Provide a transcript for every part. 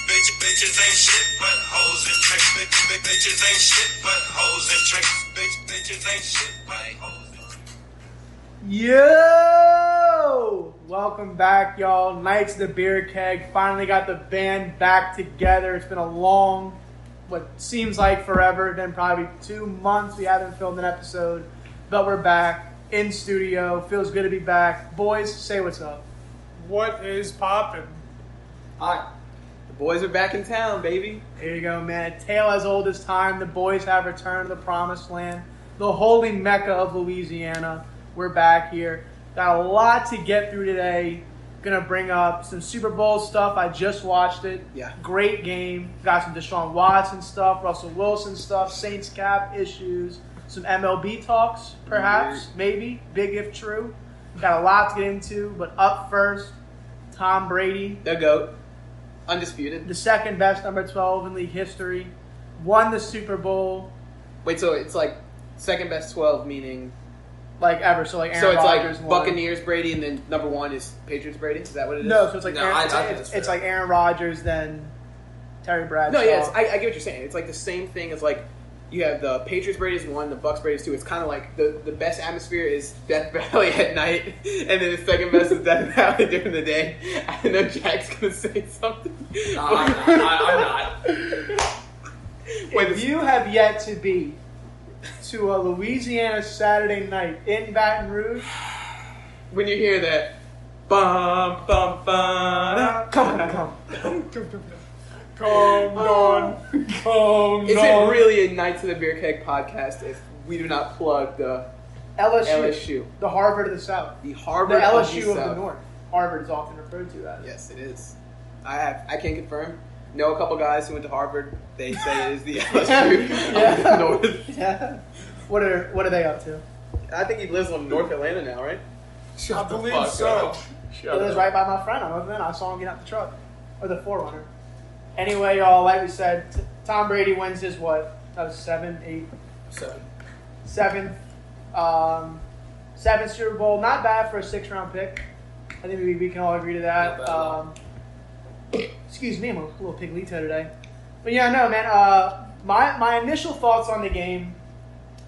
Bitches ain't shit but hoes and tricks. Bitch- bitch- Bitches ain't shit but hoes and tricks. Bitch- Bitches ain't shit but hoes and tricks. Yo! Welcome back, y'all. Knights of the Beer Keg finally got the band back together. It's been a long, what seems like forever, been probably two months we haven't filmed an episode, but we're back in studio. Feels good to be back. Boys, say what's up. What is poppin'? Hi. The boys are back in town, baby. Here you go, man. A tale as old as time. The boys have returned to the promised land, the holy mecca of Louisiana. We're back here. Got a lot to get through today. Gonna bring up some Super Bowl stuff. I just watched it. Yeah. Great game. Got some Deshaun Watson stuff, Russell Wilson stuff, Saints cap issues, some MLB talks, perhaps, maybe. Big if true. Got a lot to get into, but up first, Tom Brady The goat. Undisputed. the second best number 12 in league history, won the Super Bowl Wait, so it's like second best 12, meaning. like ever. So like Aaron so it's Rodgers like won. Buccaneers Brady, and then number one is Patriots Brady? Is that what it is? No, so it's like No, Aaron, I- I think it's, that's it's fair. like Aaron Rodgers then Terry Bradshaw. No, yeah, it's, I, I get what you're saying. It's like the same thing as like you have the Patriots Brady's one, the Bucks Brady's two. It's kind of like the, the best atmosphere is Death Valley at night, and then the second best is Death Valley during the day. I know Jack's gonna say something. No, I'm not. I, I'm not. Wait, if this- you have yet to be to a Louisiana Saturday night in Baton Rouge, when you hear that, bum bum bum. come on, come. Come on, come Is on. it really a Night to the Beer Keg podcast if we do not plug the LSU, LSU, the Harvard of the South, the the Harvard LSU of the South? North. Harvard is often referred to as. Yes, it is. I have. I can confirm. Know a couple guys who went to Harvard. They say it is the LSU of Yeah. the North. Yeah. What are what are they up to? I think he lives in North Atlanta now, right? I Shut the believe fuck so. up. It was right by my friend. I was in. I saw him get out the truck or the Forerunner. Anyway, y'all, like we said, t- Tom Brady wins his what? That was seven, eight, So, seventh, um, seventh Super Bowl. Not bad for a six-round pick. I think we, we can all agree to that. Not bad at all. Um, excuse me, I'm a little piglito today. But yeah, no, man. Uh, my my initial thoughts on the game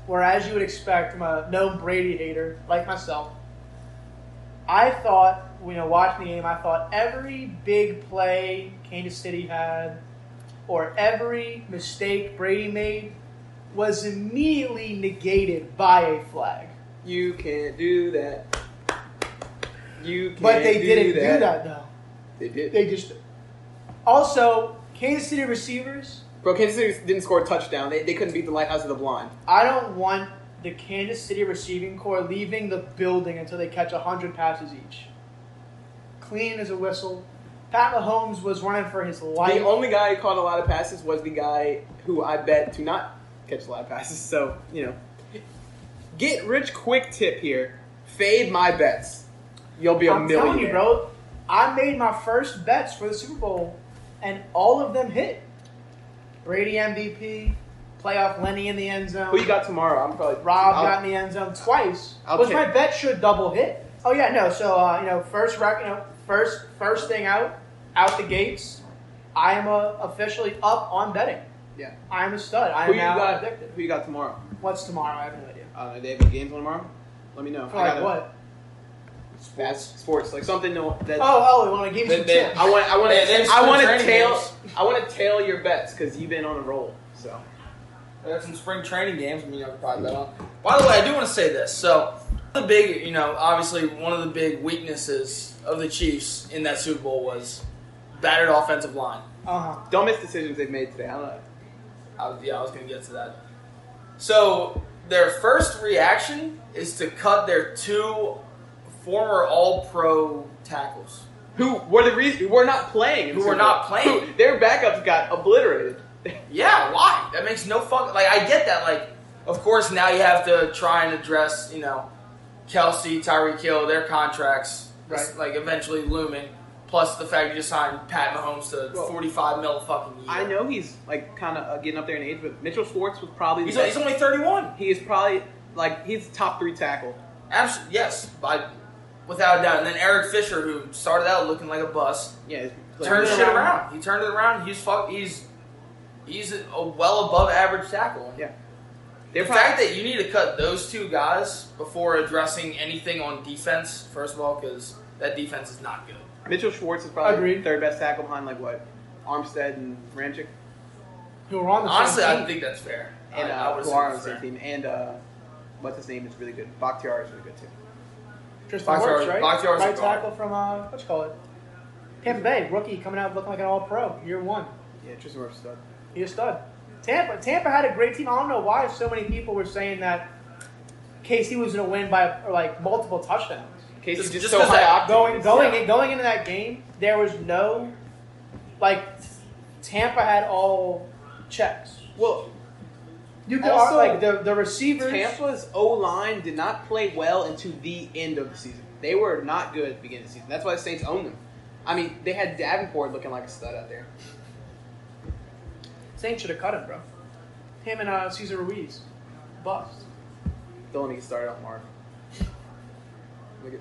were, as you would expect, from a known Brady hater like myself. I thought, you know, watching the game, I thought every big play Kansas City had, or every mistake Brady made, was immediately negated by a flag. You can't do that. You can't But they do didn't that. do that though. They did. They just also Kansas City receivers. Bro, Kansas City didn't score a touchdown. They, they couldn't beat the Lighthouse of the Blind. I don't want the Kansas City receiving core leaving the building until they catch hundred passes each. Clean as a whistle. Pat Mahomes was running for his life. The only guy who caught a lot of passes was the guy who I bet to not catch a lot of passes. So, you know. Get rich quick tip here. Fade my bets. You'll be a I'm millionaire. telling you, bro. I made my first bets for the Super Bowl, and all of them hit. Brady MVP, playoff Lenny in the end zone. Who you got tomorrow? I'm probably Rob I'll- got in the end zone twice. I'll which take- my bet should double hit. Oh yeah, no. So uh, you know, first rec- you know, first first thing out, out the gates. I am uh, officially up on betting. Yeah. I am a stud. I am Who you now got? addicted. Who you got tomorrow? What's tomorrow? I have no idea. I don't know. They have a game tomorrow. Let me know. For I like gotta- what? That's sports. Like something to, that. Oh, oh, we want to give you They- some they- tips. I want. I want They- they have to. I spring want to training tail. games. I want to tail your bets because you've been on a roll. So we have some spring training games. I mean, I could probably bet on. By the way, I do want to say this. So, the big, you know, obviously one of the big weaknesses of the Chiefs in that Super Bowl was battered offensive line. Uh-huh. dumbest decisions they've made today. I don't know. I was, yeah, I was going to get to that. So their first reaction is to cut their two former All-Pro tackles. Who were the reason? Who were not playing? in Who Super were not Bowl. playing. Who- their backups got obliterated. Yeah, why? That makes no fuck. Like I get that. Like, of course now you have to try and address, you know, Kelsey, Tyreek Hill, their contracts, Right. like eventually looming. Plus the fact you just signed Pat Mahomes to Well, forty-five mil a fucking year. I know he's like kind of uh, getting up there in age, but Mitchell Schwartz was probably. He's, the he's best. only thirty-one. he is probably like he's top three tackle. Absolutely. Yes. By without a doubt. And then Eric Fisher, who started out looking like a bust, Yeah, turned it shit around. around. He turned it around. He's fuck. He's he's a well above average tackle. Yeah. The fact that you need to cut those two guys before addressing anything on defense, first of all, because that defense is not good. Mitchell Schwartz is probably Agreed. third best tackle behind like what Armstead and Ramchick Who were on the Honestly, same I team. think that's fair. and I, uh, I would assume Guar on the that's same fair. team and uh, what's his name is really good. Bakhtiar is really good too. Tristan Bakhtiar- Wirfs, right? Bakhtiar's a right guard. tackle from uh, what you call it? Tampa Bay rookie coming out looking like an All Pro year one. Yeah, Tristan Wirfs is done. He was stud. Tampa Tampa had a great team. I don't know why so many people were saying that KC was going to win by or like multiple touchdowns. Casey's Just- just, just so 'cause high that- octane. Going going Yeah. going into that game, there was no like Tampa had all checks. Well, You could also, Also- like the the receivers. Tampa's O line did not play well into the end of the season. They were not good at the beginning of the season. That's why the Saints owned them. I mean, they had Davenport looking like a stud out there. Saints should have cut him, bro. Him and uh, Cesar Ruiz, bust. Don't let me get started on Marv. Look at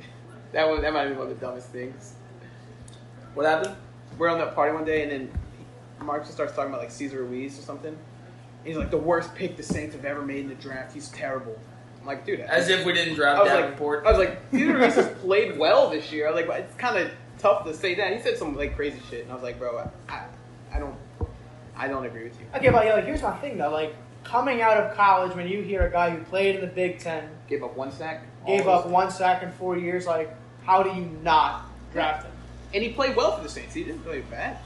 that one. That might be one of the dumbest things. What happened? We're on that party one day, and then Mark just starts talking about like Caesar Ruiz or something. He's like the worst pick the Saints have ever made in the draft. He's terrible. I'm like, dude. As if we didn't draft I was Davenport. like, uh, I was like, Caesar Ruiz has played well this year. I was like, well, it's kind of tough to say that. He said some like crazy shit, and I was like, bro, I, I, I don't, I don't agree with you. Okay, but yeah, like here's my thing though. Like coming out of college, when you hear a guy who played in the Big Ten Gave up one sack. gave all up one sack in four years, like how do you not draft him? those- and he played well for the Saints. He didn't play bad.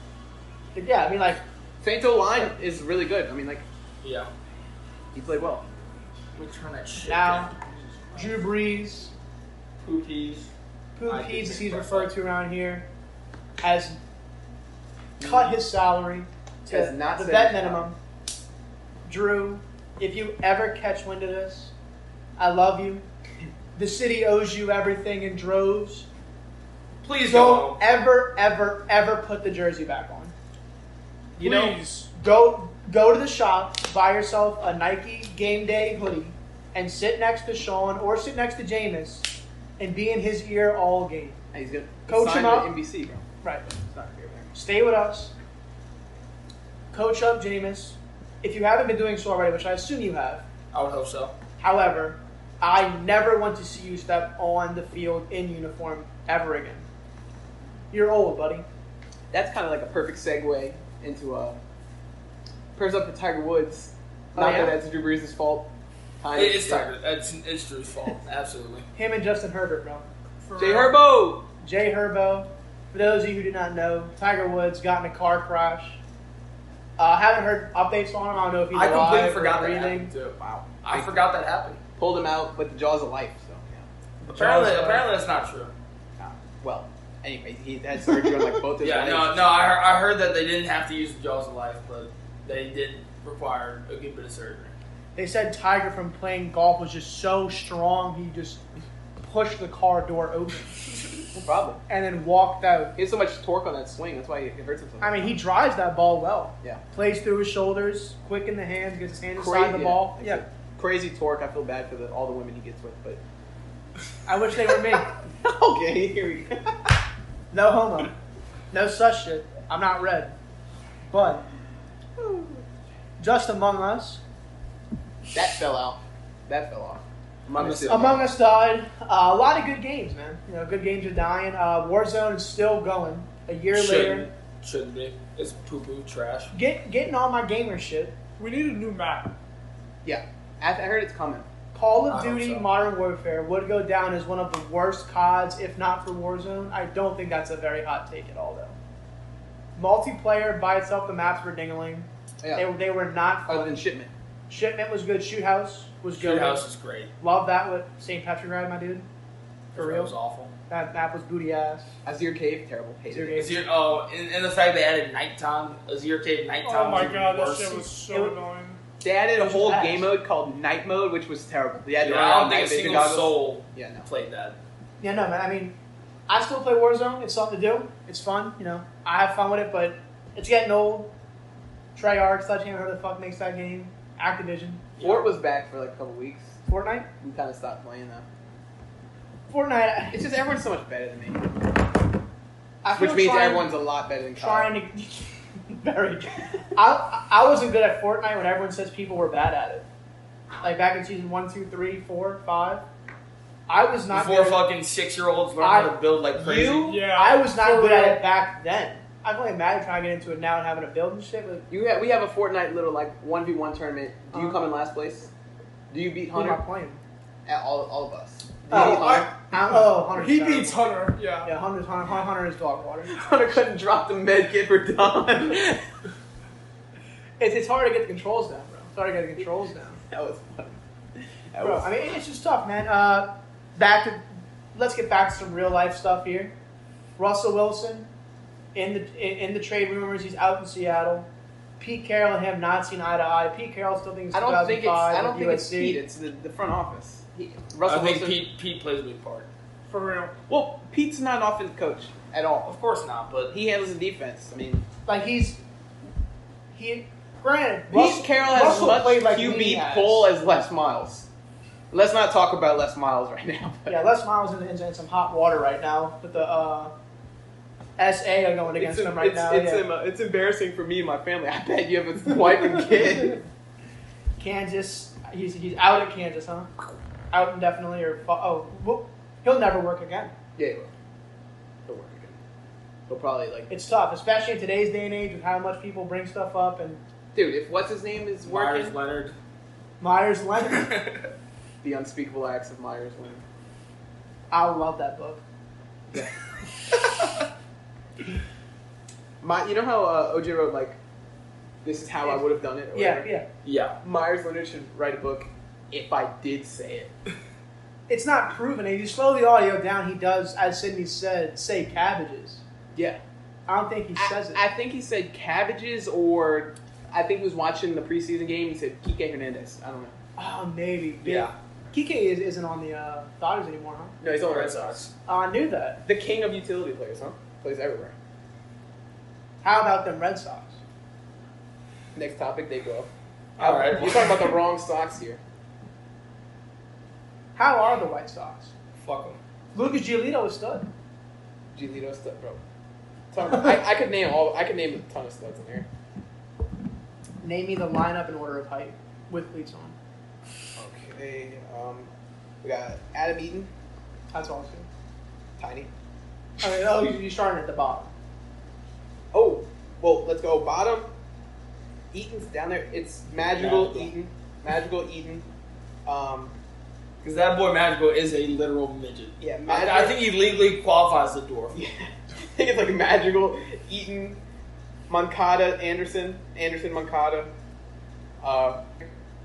But yeah, I mean like Saints O line is really good. I mean, like yeah. he played well. We turn that shit now down. Drew Brees, Poopies. who I he's, think he's so. referred to around here, has cut his salary to Has not the said vet his minimum. Drew, if you ever catch wind of this, I love you. The city owes you everything in droves. Please Don't don't. ever, ever, ever put the jersey back on. You know, Please. go go to the shop, buy yourself a Nike game day hoodie, and sit next to Sean or sit next to Jameis and be in his ear all game. And he's good. Coach him up. NBC, bro. Right. It's not fair, man. Stay with us. Coach up Jameis. If you haven't been doing so already, which I assume you have, I would hope so. however, I never want to see you step on the field in uniform ever again. You're old, buddy. That's kind of like a perfect segue into uh, prayers up for Tiger Woods. Oh, Not yeah? that that's Drew Brees' fault. Kind of. It- it's Tiger. It's, it's Drew's fault. Absolutely. Him and Justin Herbert, bro. For- Jay Herbo. Jay Herbo. For those of you who do not know, Tiger Woods got in a car crash. Uh, haven't heard updates on him. I don't know if he's I alive completely or forgot that breathing. happened too. Wow. I forgot that happened. Pulled him out, but the jaws of life. So yeah. Apparently, Jaws, uh, apparently that's not true. Ah, Well, anyway, he had surgery on like both his Yeah, legs. no, no. I, heard- I heard that they didn't have to use the jaws of life, but they did require a good bit of surgery. They said Tiger from playing golf was just so strong he just pushed the car door open no problem. and then walked out. He had so much torque on that swing. That's why it hurts him so much. I mean, he drives that ball well. yeah. Plays through his shoulders, quick in the hands, gets his hand inside Crazy- the ball. like Yeah, the Crazy torque. I feel bad for the, all the women he gets with, but I wish they were me. okay, here we go. No homo. No such shit. I'm not red. But just among us, That fell out. That fell off. Among Us. Among Us died. Uh, a lot of good games, man. You know, good games are dying. Uh, Warzone is still going. A year Shouldn't, later, shouldn't be. It's poo poo trash. get getting all my gamer shit. We need a new map. Yeah. I, I heard it's coming. Call I of hope Duty so. Modern Warfare would go down as one of the worst CODs, if not for Warzone. I don't think that's a very hot take at all, though. Multiplayer by itself, the maps were dingling. Oh, Yeah. They, they were not Other fun. than shipment. Shipment was good. Shoot House was good. Your house is great. Love that with St. Patrick ride, my dude. For It was real. awful. That map was booty ass. Azir Cave, terrible. Hated Azir it. Cave. Azir, oh, and, and the fact they added nighttime, Azir Cave nighttime. Oh my was god, that worse. shit was so It was- annoying. They added a Which whole is ass. game mode called Night Mode, which was terrible. They had to Yeah, run I around don't think a night vision single goggles. soul Yeah, no. played that. Yeah, no, man. I mean, I still play Warzone. It's something to do. It's fun. You know, I have fun with it, but it's getting old. Treyarch, Sledgehammer, who the fuck makes that game? Activision, Fort was back for like a couple weeks. Fortnite. We kind of stopped playing though. Fortnite. It's just everyone's so much better than me, I feel which means trying, everyone's a lot better than Kyle. trying to. very. I I wasn't good at Fortnite when everyone says people were bad at it. Like back in season one, two, three, four, five. I was not Before good. fucking six year olds learn how I- to build like crazy. You, Yeah, I was not for good at real. it back then. I feel like mad trying to get into it now and having a build and shit. But You have, we have a Fortnite little like one v one tournament. Do you Uh-huh. come in last place? Do you beat who am I Hunter? playing? At all, all of us. Do you Oh, beat Hunter? I, oh, Hunter's He terrible. beats Hunter. Yeah. Yeah, Hunter's, Hunter, Hunter, Hunter is dog water. Hunter couldn't drop the med kit for Don. that It's, it's hard to get the controls down, bro. It's hard to get the controls down. was fun. That Bro, was- I mean, it's just tough, man. Uh, back to, let's get back to some real life stuff here. Russell Wilson, in the in, in the trade rumors, he's out in Seattle. Pete Carroll and him not seen eye to eye. Pete Carroll still thinks I don't think it's. 2005 I don't with think it's USC. Pete. It's the, the front office. He, I Russell think Wilson. Pete, Pete plays a big part. For real. Well, Pete's not an offensive coach at all. Of course not, but He handles the defense. I mean, Like he's he. Granted, Pete Russell- Carroll has Russell as much played like Meany QB has. pull as Les Miles. Let's not talk about Les Miles right now. but- Yeah, Les Miles in, in, in some hot water right now with the uh, SA are going against it's, him right it's, now. It's, yeah. em- it's embarrassing for me and my family. I bet you have a wife and kid. Kansas, he's he's out at Kansas, huh? Out indefinitely or fu- oh, well, he'll never work again. Yeah, he will. He'll work again. He'll probably like, It's tough, especially in today's day and age with how much people bring stuff up and dude. If what's his name is working, Myers Leonard. Myers Leonard. the unspeakable acts of Myers winning. I love that book. My, you know how uh, OJ wrote like, "This is how I would have done it." Or Yeah, whatever? yeah. yeah. Myers Leonard should write a book. If I did say it, It's not proven. If you slow the audio down, he does, as Sydney said, say cabbages. yeah, I don't think he I, says it. I think he said cabbages, or I think he was watching the preseason game. He said Kike Hernandez. I don't know. oh, maybe. Yeah. Kike is, isn't on the uh, Dodgers anymore, huh? No, he's on the Red Red Sox. Sox. Oh, I knew that. The king of utility players, huh? Plays everywhere. How about them Red Sox? Next topic, they go. All right. You're talking about the wrong socks here. How are the White Sox? Fuck him. Lucas Giolito is stud. Giolito stuff, bro. Talk about- I, I could name all. I could name a ton of studs in here. Name me the lineup in order of height with cleats on. Okay. Um, we got Adam Eaton, That's all I'm tiny. saying. I mean, oh, you- you're starting at the bottom. Oh, well, let's go bottom. Eaton's down there. It's magical Magical. Eaton. Magical Eaton. Um, Because that boy Magical is a literal midget. yeah, I, magical. I think he legally qualifies as a dwarf. Yeah. I think it's like magical Eaton, Moncada, Anderson, Anderson, Moncada, uh,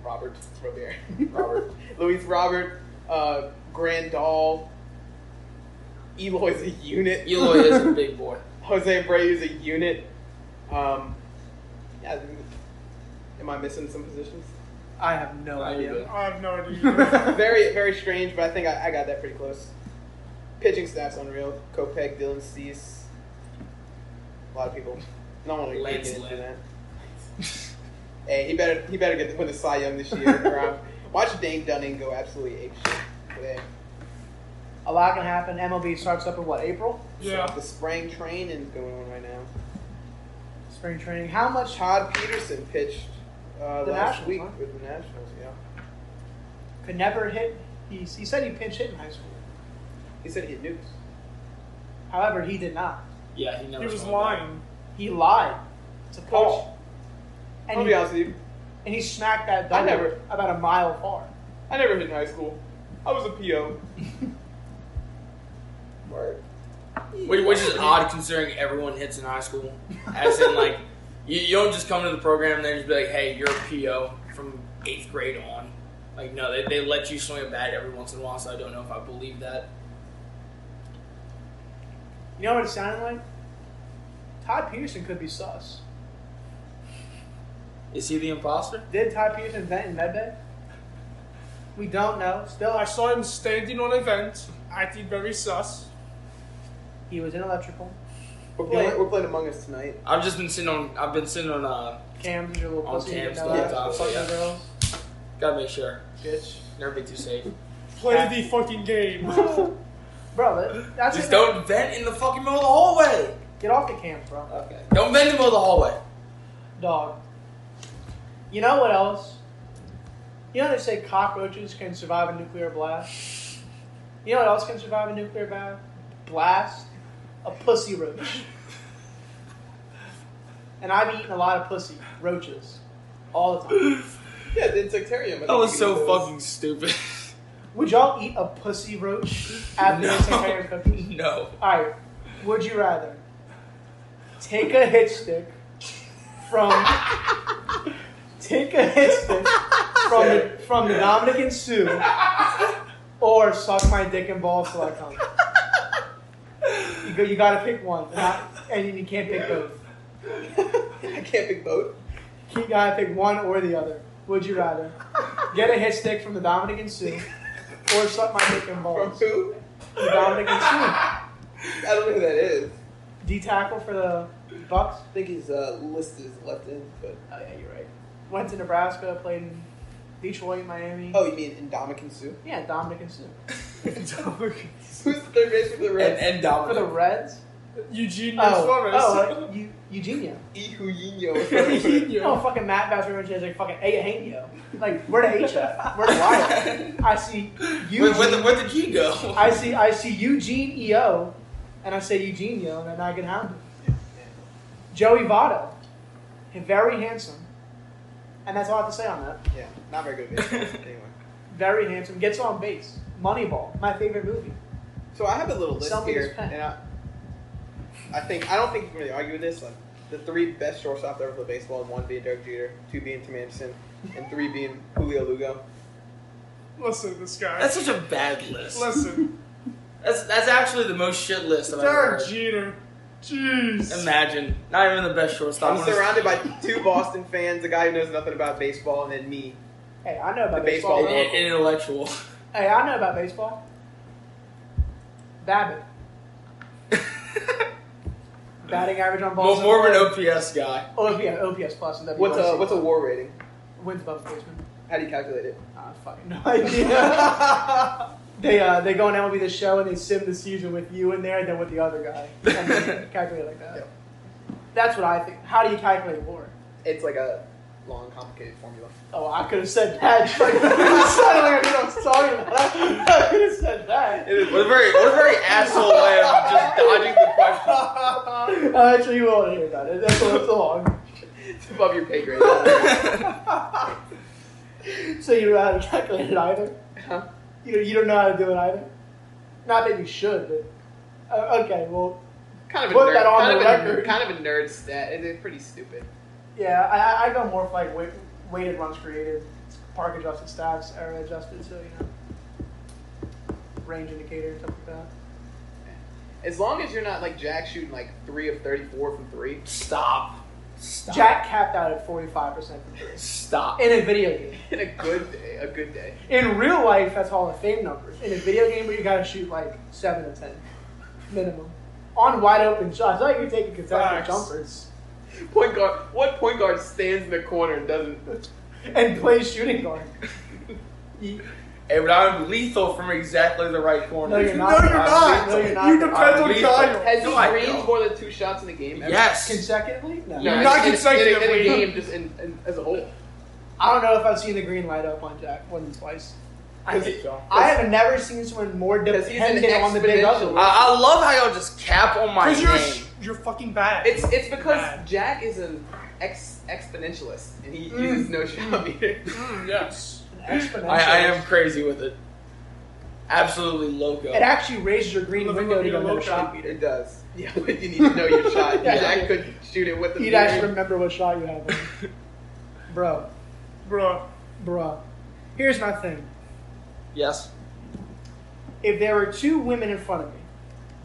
Robert Robert, Robert, Luis Robert, uh, Grandal. Eloy's a unit. Eloy is a big boy. Jose Abreu is a unit. Um, yeah, I think- am I missing some positions? I have no No, you're idea. I have no idea. very, very strange, but I think I, I got that pretty close. Pitching staff's unreal. Kopech, Dylan Cease. A lot of people. No one really Lance get into Lynn. that. Hey, he better he better get win the Cy Young this year. or, um, watch Dane Dunning go absolutely ape shit today. A lot can happen. MLB starts up in what, April? yeah. The spring training's going on right now. Spring training. How much? Todd Peterson pitched uh, The last Nationals, week huh? with the Nationals. Yeah, Could never hit. He, he said he pinch hit in high school. he said he had nukes. However, he did not. Yeah, he never He was smelled that. lying. He lied to Coach, Paul. I'll And be he, honest with you. and he smacked that double I never- about a mile far. I never hit in high school. I was a PO. Word. Which, which is odd considering everyone hits in high school. As in, like, you, you don't just come to the program and they just be like, hey, you're a PO from eighth grade on. Like, no, they, they let you swing a bat every once in a while, so I don't know if I believe that. You know what it sounded like? Todd Peterson could be sus. Is he the imposter? Did Todd Peterson invent in Medbay? We don't know. Still, I saw him standing on a vent, acting very sus. he was in electrical. We're Wait. playing, we're playing Among Us tonight. I've just been sitting on, I've been sitting on, uh, Cam's your little On pussy. Cam's you know, laptop, fucking yeah. girls. gotta make sure. Bitch. Never be too safe. Oh. Play the fucking game. bro. That, that's Just it. don't vent in the fucking middle of the hallway. Get off the cam, bro. Okay. Don't bend in the middle of the hallway. Dog. You know what else? You know they say cockroaches can survive a nuclear blast. You know what else can survive a nuclear ba- blast? A pussy roach. And I've eaten a lot of pussy roaches all the time. Yeah, the Insectarium. I think That was you so can do those. fucking stupid. Would y'all eat a pussy roach after No. no. Secretary of Cookies? no. All right. Would you rather take a hit stick from take a hit stick from the, from the Dominican Sioux or suck my dick and balls till I come? You, go, you gotta pick one, and, I, and you can't pick both. I can't pick both. You gotta pick one or the other. Would you rather get a hit stick from the Dominican Sioux or suck my dick and From balls? who? The Dominican Sioux. I don't know who that is. D tackle for the Bucks. I think his uh, list is left in, but oh yeah, you're right. Went to Nebraska, played in Detroit, Miami. Oh, you mean Indomitian Sue? Yeah, Dominic and Sue. Who's the third baseman for the and Reds? and For the Dominic. Reds? Eugene Oh, Suarez. oh uh, Eu- Eugenio. Ijuyinho. You know, fucking Matt Bowser Rich is like fucking Eugenio. Like, where the H at? Where the Y at? I see Wait, where, Eugene. the, where the key go? I see, I see Eugene EO, and I say Eugenio, and then I get hounded. Joey Votto. Very handsome. And that's all I have to say on that. yeah, not very good. baseball, anyway, Very handsome. Gets on base. Moneyball. My favorite movie. so I have a little list Sell me here, this pen. and I, I think I don't think you can really argue with this. Like, the three best shortstops to ever play baseball: one being Derek Jeter, two being Tim Anderson, and three being Julio Lugo. Listen, this guy. That's such a bad list. Listen, That's that's actually the most shit list I've ever Derek heard. Jeter. Jeez. Imagine. Not even the best shortstop. I'm surrounded by two Boston fans, a guy who knows nothing about baseball, and then me. Hey, I know about The baseball. baseball An, an intellectual. Hey, I know about baseball. Babbitt. Batting average on balls. More, more of an OPS guy. Oh, yeah, OPS plus. And What's a WRC. what's a WAR rating? Wins above replacement. How do you calculate it? I fucking no idea. they uh, they go on MLB the show and they sim the season with you in there and then with the other guy. And they calculate like that. Yep. That's what I think. How do you calculate war? It's like a long, complicated formula. Oh, I could have said that. Suddenly I knew what I was talking about. I could have said that. It is What a very what a very asshole way of just dodging the question. Uh, actually, you won't hear about it. That's what it's along. It's above your pay grade. So you don't know how to calculate it either. Huh? You don't, you don't know how to do it either. Not that you should, but uh, okay. Well, kind of a Put nerd, that on kind the of a record. nerd, kind of a nerd stat. It- It's pretty stupid. yeah, I, I- I go more for like weight, weighted runs created, park adjusted stats, error adjusted. So you know, range indicator, stuff like that. As long as you're not like Jack shooting like three of thirty-four from three. Stop. Stop. Jack capped out at forty five percent from three Stop. in a video game. In a good day, a good day. In real life, that's Hall of Fame numbers. In a video game, where you gotta shoot like seven to ten minimum on wide open shots. I thought you were taking contested Facts. jumpers. Point guard. What point guard stands in the corner and doesn't? and play shooting guard. You- Hey, but I'm lethal from exactly the right corner. No, you're not. I'm you're not. No, you're not. You depend on Leave. Kyle. Has No, he I drained don't. more than two shots in a game? ever? Yes. consecutively? No. No, Not in, in a- in a- in a consecutively. game, just in, in, as a whole. I don't know if I've seen the green light up on Jack more than twice. I get y'all. I have never seen someone more 'Cause he's an dependent on the big exponential. other. I, I love how y'all just cap on my Because name. you're, a sh- you're fucking bad. It's it's because Bad. Jack is an ex exponentialist and he uses no shot meter. Mm, yes. Exponential. I, I am crazy with it. Absolutely loco. It actually raises your green Living window to in a go another low shot. It does. Yeah, but you need to know your shot. Yeah. Jack could shoot it with the You'd meter. actually remember what shot you have. on. bro, Bro. bro. Here's my thing. yes. If there were two women in front of me,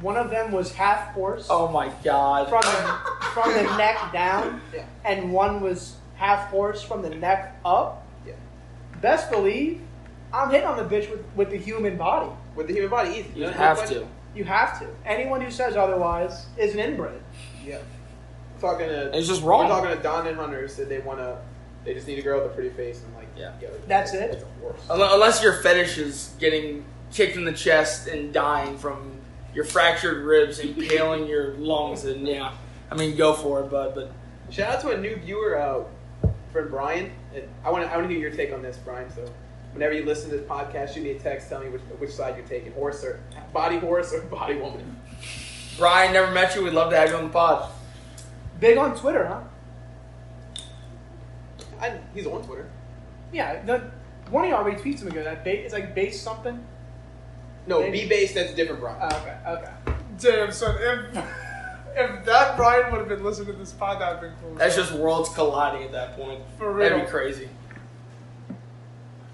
one of them was half horse Oh my god. from the, from the neck down, Yeah. and one was half horse from the neck up. Yeah. best believe I'm hitting on the bitch with, with the human body. With the human body, easy. you No- no have question. to. You have to. Anyone who says otherwise is an inbred. Yeah. Talking to It's just we're wrong. talking to Don and Hunter who said they want to. They just need a girl with a pretty face and like. Yeah. yo, That's it? It's a horse. Unle- Unless your fetish is getting kicked in the chest and dying from your fractured ribs impaling your lungs, and yeah, I mean, go for it, bud. But Shout out to a new viewer, uh, friend Brian. And I want to I want to hear your take on this, Brian. So whenever you listen to this podcast, shoot me a text, tell me which which side you're taking, horse or body horse or body woman. Brian, never met you. We'd love to have you on the pod. Big on Twitter, huh? I, he's on Twitter. Yeah, the, one of y'all retweets him ago. That ba- it's like base something. No, B base. That's a different Brian. Oh, okay, okay. Ah, Damn, son. If, if that Brian would have been listening to this pod, that would have been cool. That's just worlds colliding at that point. For That'd real. be crazy.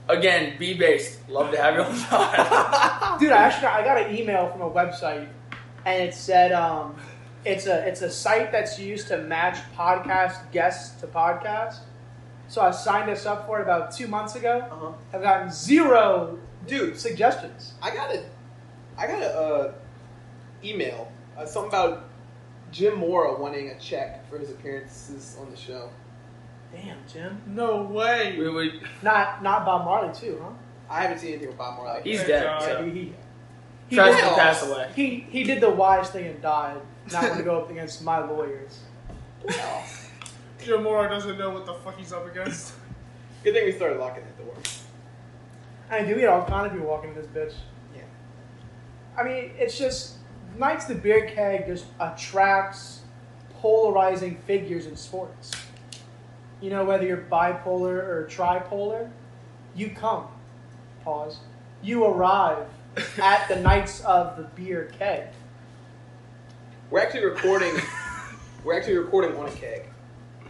Again, be based. Love to have you on the pod. Dude, I actually I got an email from a website, and it said um, it's a it's a site that's used to match podcast guests to podcasts. So I signed us up for it about two months ago. Uh-huh. I've gotten zero Dude, suggestions. I got a, I got a uh, email uh, something about Jim Mora wanting a check for his appearances on the show. Damn, Jim. No way. we would. Not not Bob Marley too, huh? I haven't seen anything with Bob Mora. He's Thank dead. God. So. He, he, he Tragically did. passed away. He he did the wise thing and died. Not want to go up against my lawyers. Wow. Jim Mora doesn't know what the fuck he's up against. Good thing we started locking that door. I mean, dude, we had all kind of people walking this bitch. Yeah. I mean, it's just Knights the Beer Keg just attracts polarizing figures in sports. You know, whether you're bipolar or tripolar, you come. Pause. You arrive at the Knights of the Beer Keg. We're actually recording. we're actually recording on a keg.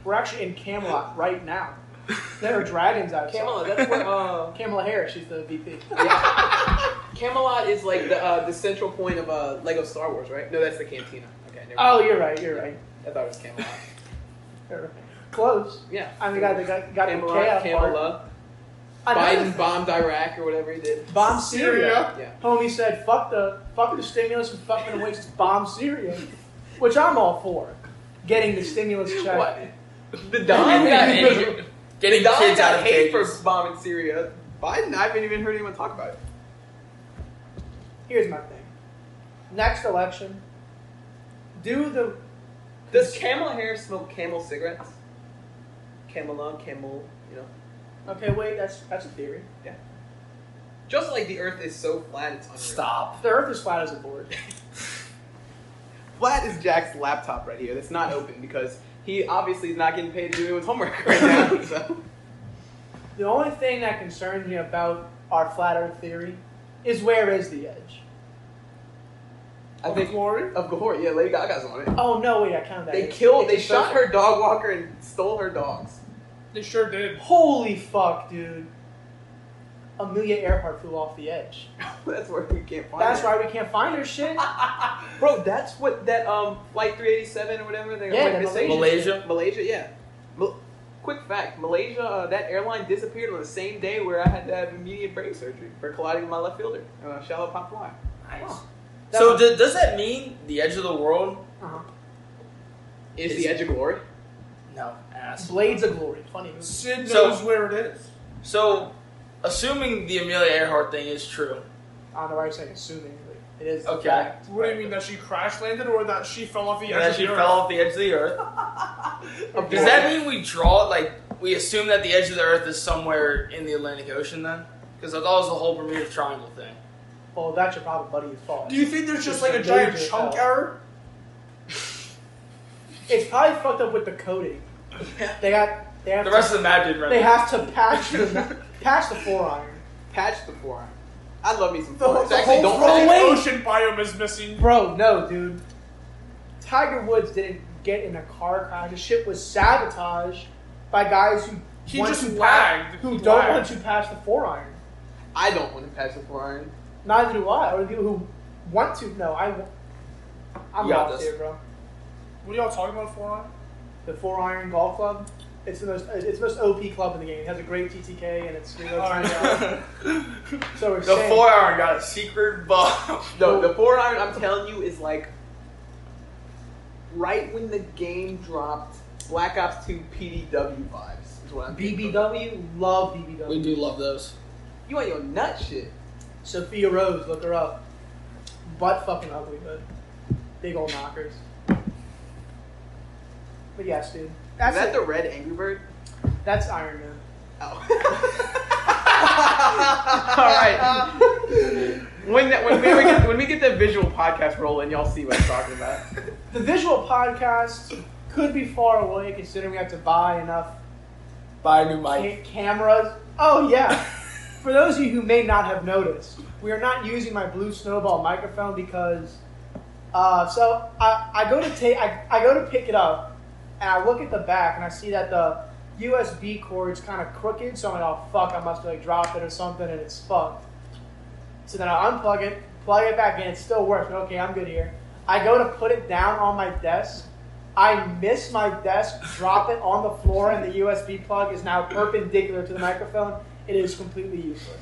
We're actually in Camelot right now. There are dragons outside. Camelot. That's where. Uh, Kamala Harris, she's the VP. yeah. Camelot is like the uh, the central point of uh, Lego Star Wars, right? No, that's the cantina. Okay. Never Oh, mind. you're right. You're right. I thought it was Camelot. You're right. Close. Yeah. I mean, got the got, got the K Camelot. up part. Camelot. Another Biden bombed Iraq or whatever he did. bomb Syria. Yeah. Homie said, "Fuck the fuck the stimulus and fucking the waste bomb Syria," which I'm all for. Getting the stimulus check. What? The Don got Getting any, Getting Don kids got out of hate for cages. bombing Syria. Biden, I haven't even heard anyone talk about it. Here's my thing. Next election, do the Does Camel Harris smoke Camel cigarettes? Camelon, Camel, you know. okay. Wait, that's that's a theory. Just like the Earth is so flat, it's unreal. Stop. The Earth is flat as a board. Flat is Jack's laptop right here. That's not open because he obviously is not getting paid to do his homework right now. So. The only thing that concerns me about our flat Earth theory is where is the edge? I think glory. of Glory, yeah, Lady Gaga's on it. Oh no! Wait, I counted that. They It's- killed, they it's shot social. her dog walker and stole her dogs. They sure did. Holy fuck, dude! Amelia Earhart flew off the edge. That's where we can't find. That's her. why we can't find her shit. Bro, that's what that um flight 387 or whatever they Yeah, went the missing. Malaysia. Malaysia, yeah. Mal- quick fact: Malaysia, uh, that airline disappeared on the same day where I had to have immediate brain surgery for colliding with my left fielder, uh, shallow pop fly. Nice. That So one- d- does that mean the edge of the world? Uh-huh. Is Is- the edge of glory? No, ass. Blades of Glory. Funny movie. Sid So- knows where it is. So, assuming the Amelia Earhart thing is true. I don't know why you're saying assuming. but It is. a Okay. fact. What do you mean that she crash landed or that she fell off the edge? And then of she the fell earth? off the edge of the earth. Of Does that mean we draw like we assume that the edge of the Earth is somewhere in the Atlantic Ocean then? Because I thought it was the whole Bermuda Triangle thing. Well, that's your problem, buddy. It's false. Do you think there's It's just like a a giant major chunk hell. error? It's probably fucked up with the coding. They got. They have. to, The rest of the map didn't render. they have to patch the patch the four iron. patch the forearm? I love me some. The- forearms. the Actually, whole don't front patch- wing. Wait. Ocean biome is missing. Bro, no, dude. Tiger Woods didn't get in a car crash. His shit was sabotaged by guys who He want just to lagged. who He don't lagged. want to patch the four iron. I don't want to patch the forearm. Neither do I. Or the people who want to. No, I. I'm You got lost this. here, bro. What are y'all talking about for? the Four Iron Golf Club. It's the most it's the most OP club in the game. It has a great TTK and it's reload All right, timeout. So we're the saying, forearm got a secret bomb. No, the forearm. I'm telling you is like right when the game dropped. Black Ops 2 PDW vibes is what I'm getting from BBW love BBW. we do love those. You want your nut shit. Sophia Rose, look her up. butt fucking ugly, but big old knockers. But yes, dude. That's Is that it. the red Angry Bird? That's Iron Man. Oh. All Uh, right. When that, when we get, when we get the visual podcast rolling, y'all see what I'm talking about. The visual podcast could be far away considering we have to buy enough Buy a new mic. ca- cameras. Oh yeah. For those of you who may not have noticed, we are not using my blue snowball microphone because uh, so I, I go to take I, I go to pick it up and I look at the back and I see that the USB cord's kind of crooked, so I'm like, oh fuck, I must have like dropped it or something and it's fucked. So then I unplug it, plug it back in, it still works, but okay, I'm good here. I go to put it down on my desk. I miss my desk, drop it on the floor, and the USB plug is now perpendicular to the microphone. It is completely useless.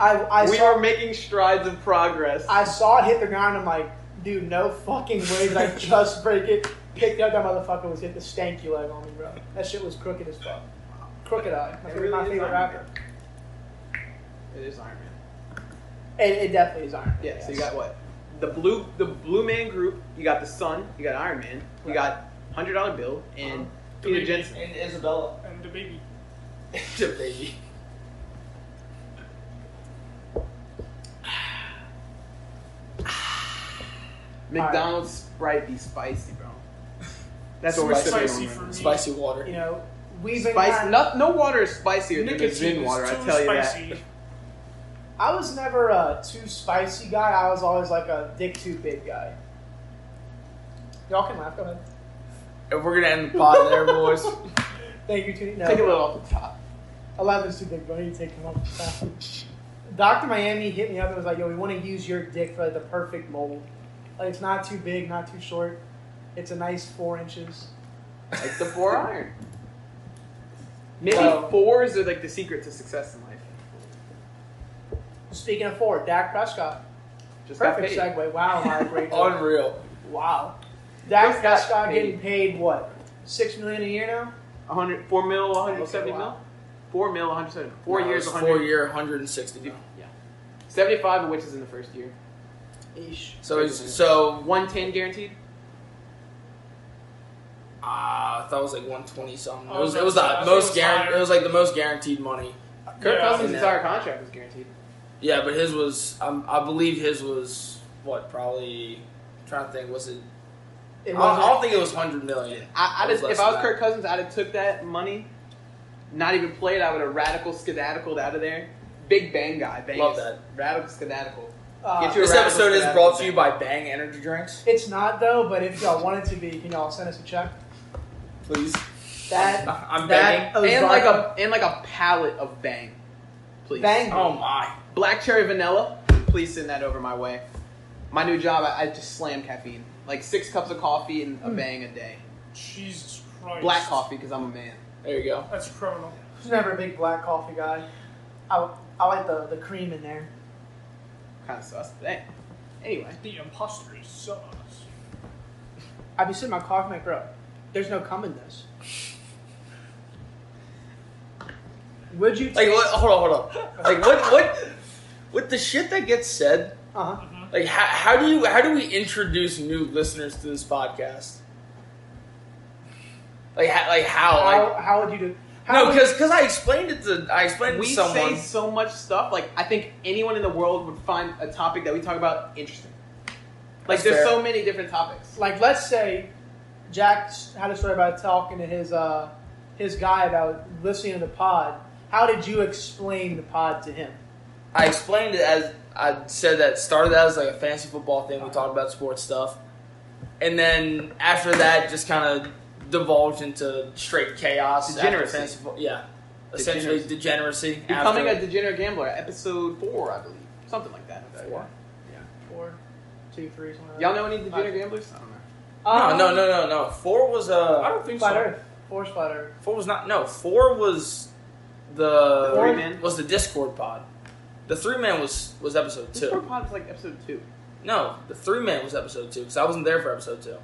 I, I we saw- are making strides of progress. I saw it hit the ground. I'm like, dude, no fucking way did I just break it. Picked up that motherfucker was hit the stanky leg on me, bro. That shit was crooked as fuck. Crooked eye. My It favorite, my really is favorite Iron rapper. it is Iron Man. It, it definitely is Iron. Man, Yeah. So you yes. got what? The blue the Blue Man Group. You got the Sun. You got Iron Man. You got Hundred Dollar Bill and Peter Jensen. And Isabella. And the baby. It's a baby. McDonald's Sprite be spicy, bro. That's what we're Spicy. sipping on Spicy right now. for me. Spicy water. You know, we've been. Spice, kind- no, no water is spicier than the Nicotine gin is water. I too tell you spicy. that. I was never a too spicy guy. I was always like a dick too big guy. Y'all can laugh. Go ahead. And we're gonna end the pod there, boys. Thank you, Tootie. No, Take a little off the top. 11's too big, bro. You take him off. Dr. Miami hit me up and was like, yo, we want to use your dick for like, the perfect mold. Like, it's not too big, not too short. It's a nice four inches. Like the four iron. Maybe Wow. fours are like the secret to success in life. Speaking of four, Dak Prescott. Just Perfect got paid. segue. Wow, my great. Unreal. wow. Dak Just got Prescott paid. getting paid what? Six million a year now? 100, four mil, 170 Okay, wow. mil? Four mil, 170. Four No, it years, was 100. Four year, 160. Yeah. 75 of which is in the first year. So he's so 110 guaranteed? uh, I thought it was like 120 something. It Oh, was it no, was I the think it most was guaranteed. higher. It was like the most guaranteed money. Kirk Yeah. Cousins' Yeah. entire contract was guaranteed. Yeah, but his was um, I believe his was what probably I'm trying to think was it. I It don't, I don't wasn't- think it was 100 million. I, I It was just, less if I was than Kirk Cousins, I'd have took that money, not even played. I would have radical skedaddled out of there. Big Bang guy. Bang Love is that. Radical skedaddle. uh, Get your- This episode is Radical brought to you Skedaddle. by Bang Energy Drinks. It's not, though, but if y'all want it to be, can y'all send us a check? Please, That. I'm that begging. And Ozark- like a and like a pallet of Bang. Please. Bang. Oh my! Black cherry vanilla. Please send that over my way. My new job, I, I just slam caffeine. Like six cups of coffee and a Hmm. bang a day. Jesus Christ. Black coffee because I'm a man. There you go. That's criminal. I was never a big black coffee guy. I, I like the, the cream in there. Kind of sus today. Anyway, The imposter is sus. I'd be sitting in my car, I'm like, bro, there's no cum in this. Would you Like, take? what, hold on, hold on. Like, what, what, with the shit that gets said? uh-huh. Like, how, how do you, how do we introduce new listeners to this podcast? Like, how, like how? Like, How, how would you do? How no, would- because because I explained it to I explained it we to someone. say so much stuff. Like I think anyone in the world would find a topic that we talk about interesting. Like That's there's fair. so many different topics. like, let's say Jack s- had a story about talking to his uh his guy about listening to the pod. How did you explain the pod to him? I explained it as I said that started out as like a fantasy football thing. We talked about sports stuff, and then after that, just kind of devolved into straight chaos. after Degeneracy. fantasy fo- yeah, essentially degeneracy. Becoming after- a degenerate gambler, episode four, I believe, something like that. Four? Four, two, three, something. Like Y'all know any degenerate gamblers? I don't know. no, no, no, no, no. Four was Um, I uh, don't think Flat so. Earth, Force Flat Earth. four was not. No, four was the Four man? was the Discord pod. The three man was was episode This four two. pod is like episode two. No, the three man was episode two because I wasn't there for episode two.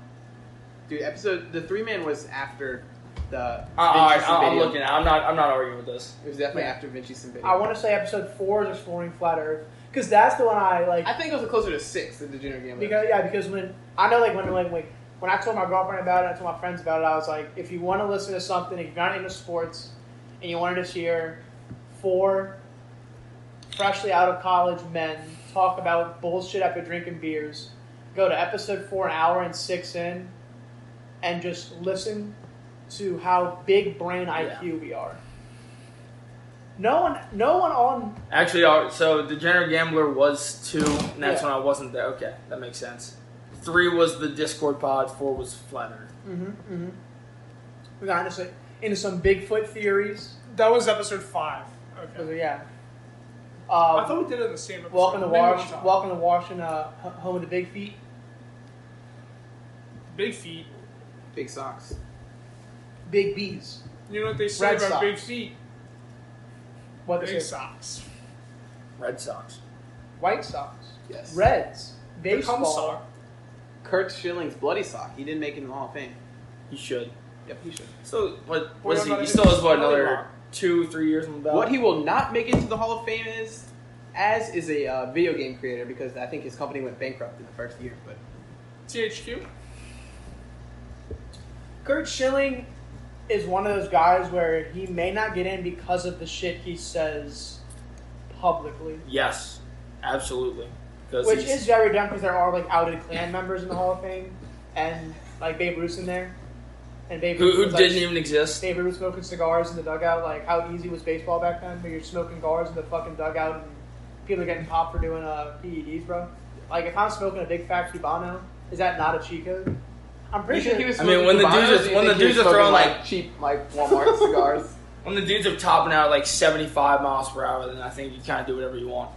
Dude, episode the three man was after the. Uh, all right, Vinci I- I'm Cymbidium. looking. At, it. I'm not. I'm not arguing with this. It was definitely Yeah. after Vinci Simbidium. I want to say episode four is exploring flat Earth because that's the one I like. I think it was closer to six the degenerate gambler. Because yeah, because when I know like when like when, when I told my girlfriend about it, I told my friends about it. I was like, if you want to listen to something, if you're not into sports, and you wanted to hear four freshly out of college men talk about bullshit after drinking beers, go to episode four, an hour and six in, and just listen to how big brain IQ we are. No one, no one on Actually, our- so Degenerate Gambler was two, and that's Yeah. when I wasn't there. Okay, that makes sense. Three was the Discord pod, four was Flat Earth. hmm hmm We got into some, into some Bigfoot theories. That was episode five. So, Okay. yeah. I Um, thought we did it in the same episode. welcome to Maybe one Wash. time. Welcome to Washington, uh, h- home of the Big Feet. Big feet. Big socks. Big Bees. You know what they say Red about Sox. big feet? What Big they say? socks. Red Sox. White Sox. Yes. Reds. They come Baseball. sock. Kurt Schilling's bloody sock. He didn't make it in the Hall of Fame. He should. Yep, he should. So what We're was he? not He even- still has what not even another wrong. two, three years on the ballot. What he will not make it to the Hall of Fame is, as is a uh, video game creator because I think his company went bankrupt in the first year. But THQ. Kurt Schilling is one of those guys where he may not get in because of the shit he says publicly. Yes, absolutely. Because Which is very dumb because there are like outed Klan members in the Hall of Fame, and like Babe Ruth in there, and Babe who, Ruth who was, like, didn't even exist. Babe Ruth smoking cigars in the dugout. Like how easy was baseball back then? Where you're smoking cigars in the fucking dugout and people are getting popped for doing uh, PEDs, bro. Like if I'm smoking a big fat Cubano, is that not a cheat code? I'm pretty You sure think he was I mean, smoking when the Cubanos, dudes are- or you when the think he dudes was are smoking, throwing, like- cheap like Walmart cigars. When the dudes are topping out like seventy-five miles per hour, then I think you kind of do whatever you want.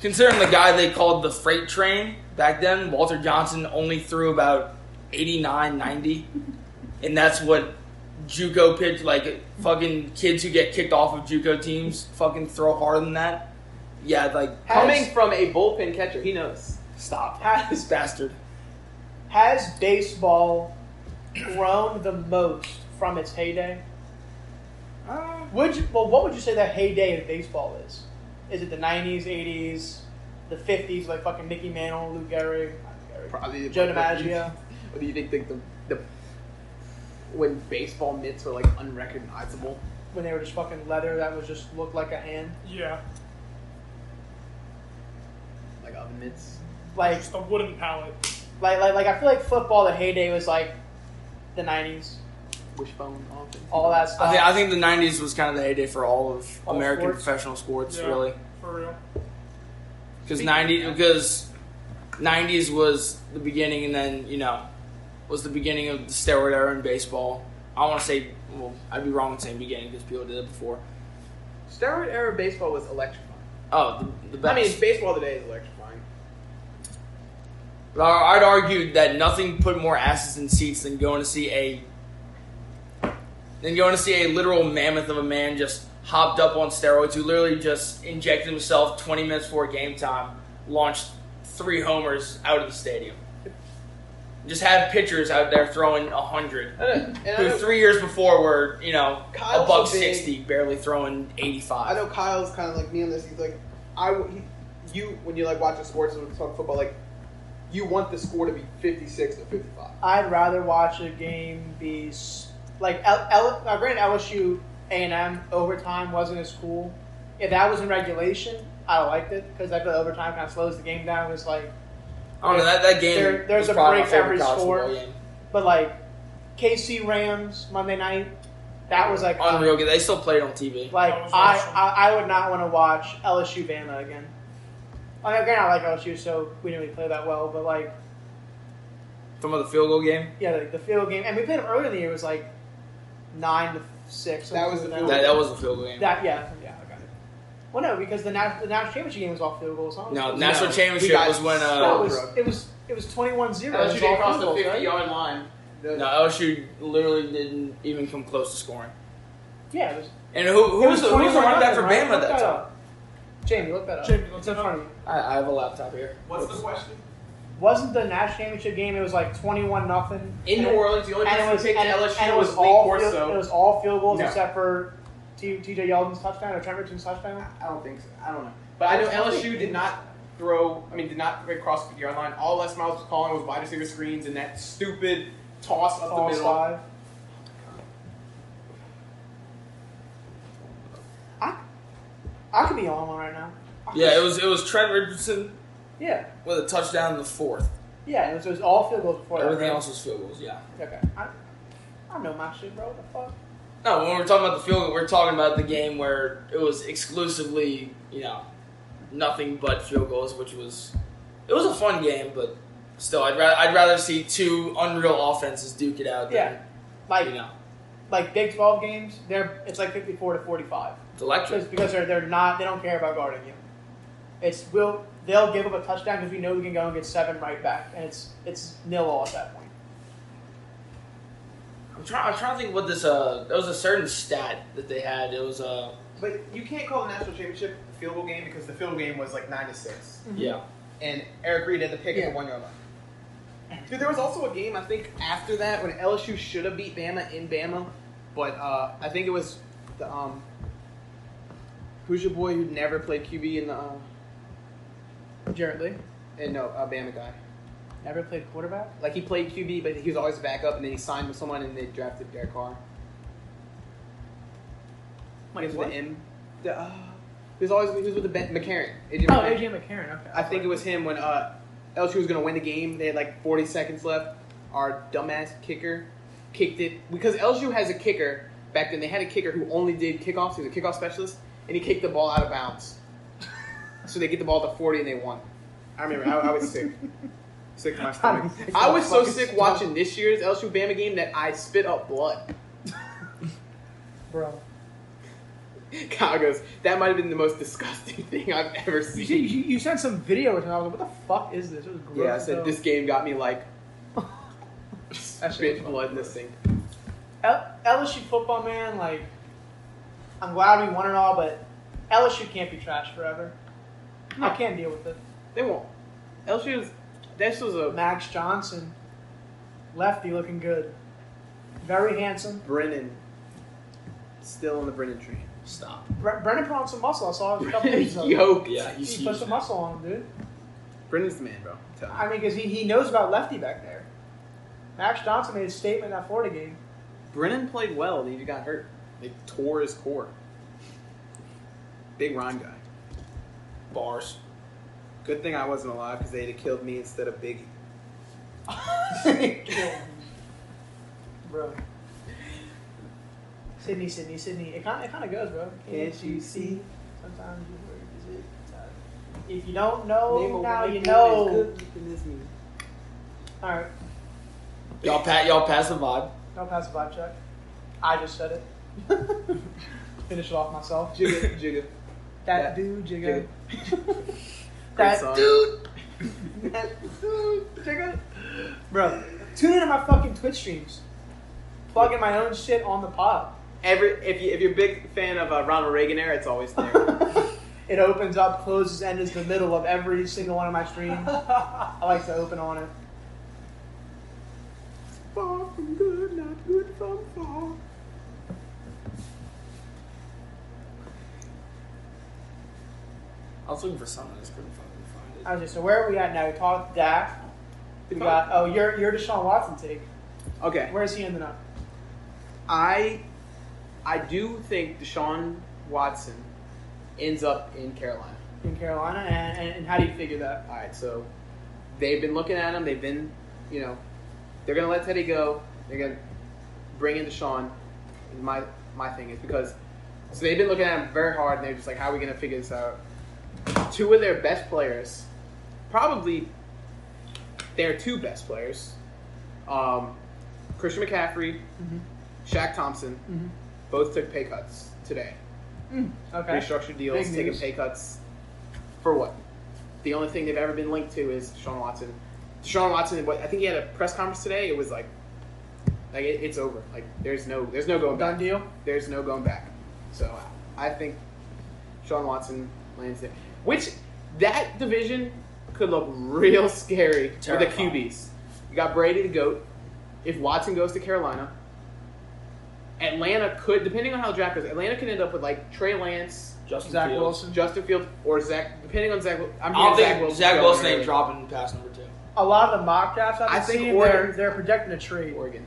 Considering the guy they called the freight train back then, Walter Johnson only threw about 89, 90. and that's what JUCO pitch like fucking kids who get kicked off of JUCO teams fucking throw harder than that. Yeah, like Coming from a bullpen catcher, he knows. stop Has- this bastard. has baseball grown the most from its heyday? Uh, Would you, well, what would you say that heyday of baseball is? Is it the '90s, '80s, the '50s, like fucking Mickey Mantle, Lou Gehrig, Probably the- Joe DiMaggio? What do you think? Think the, the when baseball mitts were like unrecognizable. when they were just fucking leather that was just looked like a hand. yeah. like oven mitts. Like Just a wooden pallet. like like like I feel like football the heyday was like the nineties, Wishbone offense. all that stuff. I think, I think the '90s was kind of the heyday for all of All American sports? professional sports, Yeah. really, For real. because '90 because '90s was the beginning, and then you know was the beginning of the steroid era in baseball. I want to say, well, I'd be wrong in saying beginning because people did it before. Steroid era baseball was electrifying. Oh, the, the I best. mean, baseball today is electrifying. But I- Uh, I'd argue that nothing put more asses in seats than going to see a than going to see a literal mammoth of a man just hopped up on steroids who literally just injected himself 20 minutes before game time, launched three homers out of the stadium. Just have pitchers out there throwing 100. And I Who know, three years before were, you know, Kyle's a buck a big- 60, barely throwing 85. I know Kyle's kind of like me on this. He's like, I he, you when you're like watching sports and talking football, like you want the score to be 56 to 55. I'd rather watch a game be s- like L, L, now granted LSU A and M overtime wasn't as cool. If that was in regulation, I liked it because I feel overtime kind of slows the game down. It's like, I don't know, that, that game There- there's was a probably my break favorite every college score. football game. but like KC Rams Monday night, that was like Unreal. They still played on TV. Like That was I, awesome. I, I would not want to watch LSU Bama again. I mean, again, I like LSU, so we didn't really play that well. But like, From the field goal game? yeah, like the field game, and we played them earlier in the year. It was like nine to six. That was the something field like That, that was a field goal game. That yeah, yeah, I got it. Well, no, because the nat- the national championship game was all field goals. Huh? no, it national No, championship we got was when No, it uh, was it was it was twenty one zero. LSU didn't cross the 50 yard line. The- no LSU literally didn't even come close to scoring. Yeah, it was. And who who it was, the who was the 21 running back for right? Bama Look at that time? up. Jamie, look that up. Jamie, look it's that in up. front of you. I, I have a laptop here. What's the question? Wasn't the national championship game? It was like twenty one nothing in New Orleans, the only and it person who was, picked and, LSU and it was was Lee all field, it Corso. was all field goals No. except for T- TJ Yeldon's touchdown or Trent Richardson's touchdown? I don't think so. I don't know. But I know LSU did not throw, I mean, did not break across the 50 yard line. All Les Miles was calling was wide receiver screens and that stupid toss up the False middle. five. I, I could be on one right now. I could- Yeah, it was it was Trent Richardson Yeah, with a touchdown in the fourth. yeah. It was, it was all field goals before that, Everything right? else was field goals. Yeah. Okay. I, I know my shit, bro. What the fuck? No, when we're talking about the field goal, we're talking about the game where it was exclusively, you know, nothing but field goals, which was it was a fun game, but still, I'd rather I'd rather see two unreal offenses duke it out. Than, Like you know, like Big Twelve games, they're it's like fifty four to forty five. it's electric. Just because they're they're not they don't care about guarding you. It's will they'll give up a touchdown because we know we can go and get seven right back, and it's it's nil all at that point. I'm trying. I'm trying to think what this. Uh, there was a certain stat that they had. It was uh, But you can't call the national championship a field goal game because the field goal game was like 9 to 6. Mm-hmm. yeah. And Eric Reed had the pick at Yeah. the one yard line. Dude, there was also a game, I think, after that when LSU should have beat Bama in Bama, but uh, I think it was the. Um, Who's your boy who never played QB in the. Uh, Jarrett Lee and no, uh, Bama guy? never played quarterback. Like he played QB, but he was always a backup, and then he signed with someone, and they drafted Derek Carr. Wait, He was what? with him. The, uh, he was always he was with the ben, McCarron. AJ Oh, McCarron. AJ McCarron. Okay, I think it was him when uh, LSU was going to win the game. They had like 40 seconds left. Our dumbass kicker kicked it because LSU has a kicker back then. They had a kicker who only did kickoffs. He was a kickoff specialist, and he kicked the ball out of bounds. so they get the ball to 40 and they won. I remember. I, I was sick. Sick to my stomach. I was so sick watching this year's LSU Bama game that I spit up blood. bro. Kyle goes, "That might have been the most disgusting thing I've ever You, seen." said- you, you sent some video, and I was like, "What the fuck is this?" It was gross. Yeah, I said as this game got me like hell. spit blood in this thing. L- LSU football, man. Like, I'm glad we won it all, but LSU can't be trash forever. I can't deal with it. They won't. LSU is. This was a Max Johnson, lefty, looking good, very handsome. Brennan. Still on the Brennan train. Stop. Bre- Brennan put on some muscle. I saw a couple weeks ago. Yoke. Yeah, he's He put huge. some muscle on him, dude. Brennan's the man, bro. I'm telling you. I mean, because he, he knows about lefty back there. Max Johnson made a statement in that Florida game. Brennan played well, and he got hurt. They tore his core. Big rhyme guy. Bars. Good thing I wasn't alive because they'd have killed me instead of Biggie. Bro. Sydney, Sydney, Sydney. It kind of, it kind of goes, bro. Can't you see? Sometimes you work is it. sometimes- If you don't know Name a Oh, now, white you boy know. that's good in this movie. All right, Y'all pat. Y'all pass the vibe. no pass the vibe check. I just said it. Finish it off myself. Jigga, jigga. That That dude, Jigga. Great that song. Dude. that dude, Jigga. Bro, tune into my fucking Twitch streams. Plug in my own shit on the pod. Every if you if you're a big fan of uh, Ronald Reagan era, it's always there. it opens up, closes, and is the middle of every single one of my streams. I like to open on it. far from good, not good from far. I was looking for something. I just couldn't fucking I find it. was just so where are we at now? We talked Dak. We got oh your your Deshaun Watson take. Okay. Where is he ending up? I I do think Deshaun Watson ends up in Carolina. In Carolina, and, and, and how do you figure that? All right, so they've been looking at him. They've been, you know, they're gonna let Teddy go. They're gonna bring in Deshaun. Is my my thing is because so they've been looking at him very hard, and they're just like, how are we gonna figure this out? Two of their best players, probably their two best players, um, Christian McCaffrey, Shaq Thompson, both took pay cuts today. Okay. Restructured deals, Big taking news. pay cuts. For what? The only thing they've ever been linked to is Deshaun Watson. Deshaun Watson, what I think he had a press conference today. It was like, like it, it's over. Like there's no, there's no going Done back. deal. There's no going back. So I think Deshaun Watson lands there. Which that division could look real scary for the Terrifying. QBs. You got Brady the goat. If Watson goes to Carolina, Atlanta could, depending on how the draft goes, Atlanta could end up with like Trey Lance, Justin Zach Fields. Wilson. Justin Fields, or Zach. Depending on Zach, I'm I don't hearing think Wilson's Zach going Wilson ain't early. dropping past number two. A lot of the mock drafts I've I been think seeing, Oregon- they're, they're projecting a trade. Oregon.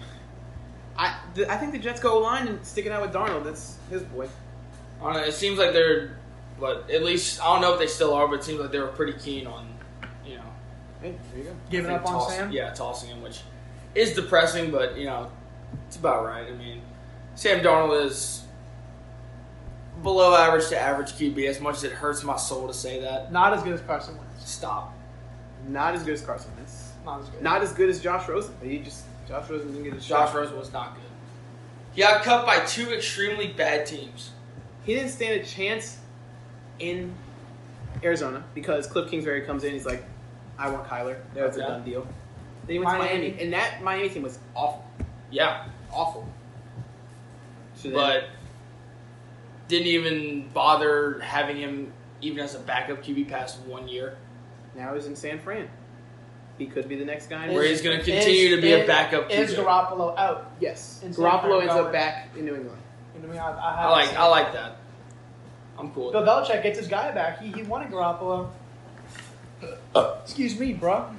I th- I think the Jets go line and stick it out with Darnold. That's his boy. I don't know. It seems like they're, but at least I don't know if they still are, but it seems like they were pretty keen on, you know, Hey, there you go. Giving I up think on toss- Sam. Yeah, tossing him, which is depressing, but you know, it's about right. I mean, Sam Darnold is below average to average QB. As much as it hurts my soul to say that, Not as good as Carson Wentz. stop. Not as good as Carson Wentz. Not as good. Not as good as Josh Rosen. But he just Josh Rosen didn't get his Josh shot. Rosen was not good. He got cut by two extremely bad teams. He didn't stand a chance in Arizona because Cliff Kingsbury comes in. He's like, I want Kyler. That was Okay. a done deal. Then he went to Miami. Miami, and that Miami team was awful, Yeah, awful. So then- but didn't even bother having him even as a backup QB past one year, now he's in San Fran. He could be the next guy. in where Arizona. he's going to continue to be a backup Is QB. Garoppolo out? yes, in San Garoppolo Fran ends up going. back in New England. You know what I, mean? I, I I haven't like seen I it. like that. I'm cool. with Bill Belichick gets his guy back. He, he wanted Garoppolo. Uh. Excuse me, bro.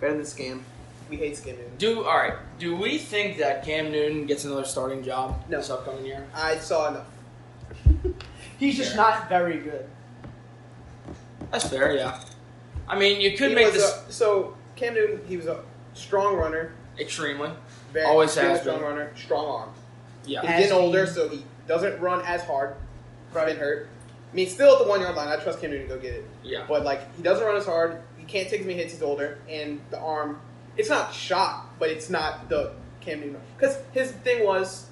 Better than scam. We hate scamming. Do all right. Do we think that Cam Newton gets another starting job No. this upcoming year? I saw enough. He's just Fair. not very good. That's fair. Yeah. I mean, you could He make was this a- so Cam Newton, he was a strong runner, extremely. very Always very has strong been. runner, strong arm. Yeah. He's Has getting been. older, so he doesn't run as hard. Probably been hurt. I mean, still at the one yard line, I trust Cam Newton to go get it. Yeah. But like, he doesn't run as hard. He can't take as many hits. He's older, and the arm, it's not shot, but it's not the Cam Newton. Because his thing was,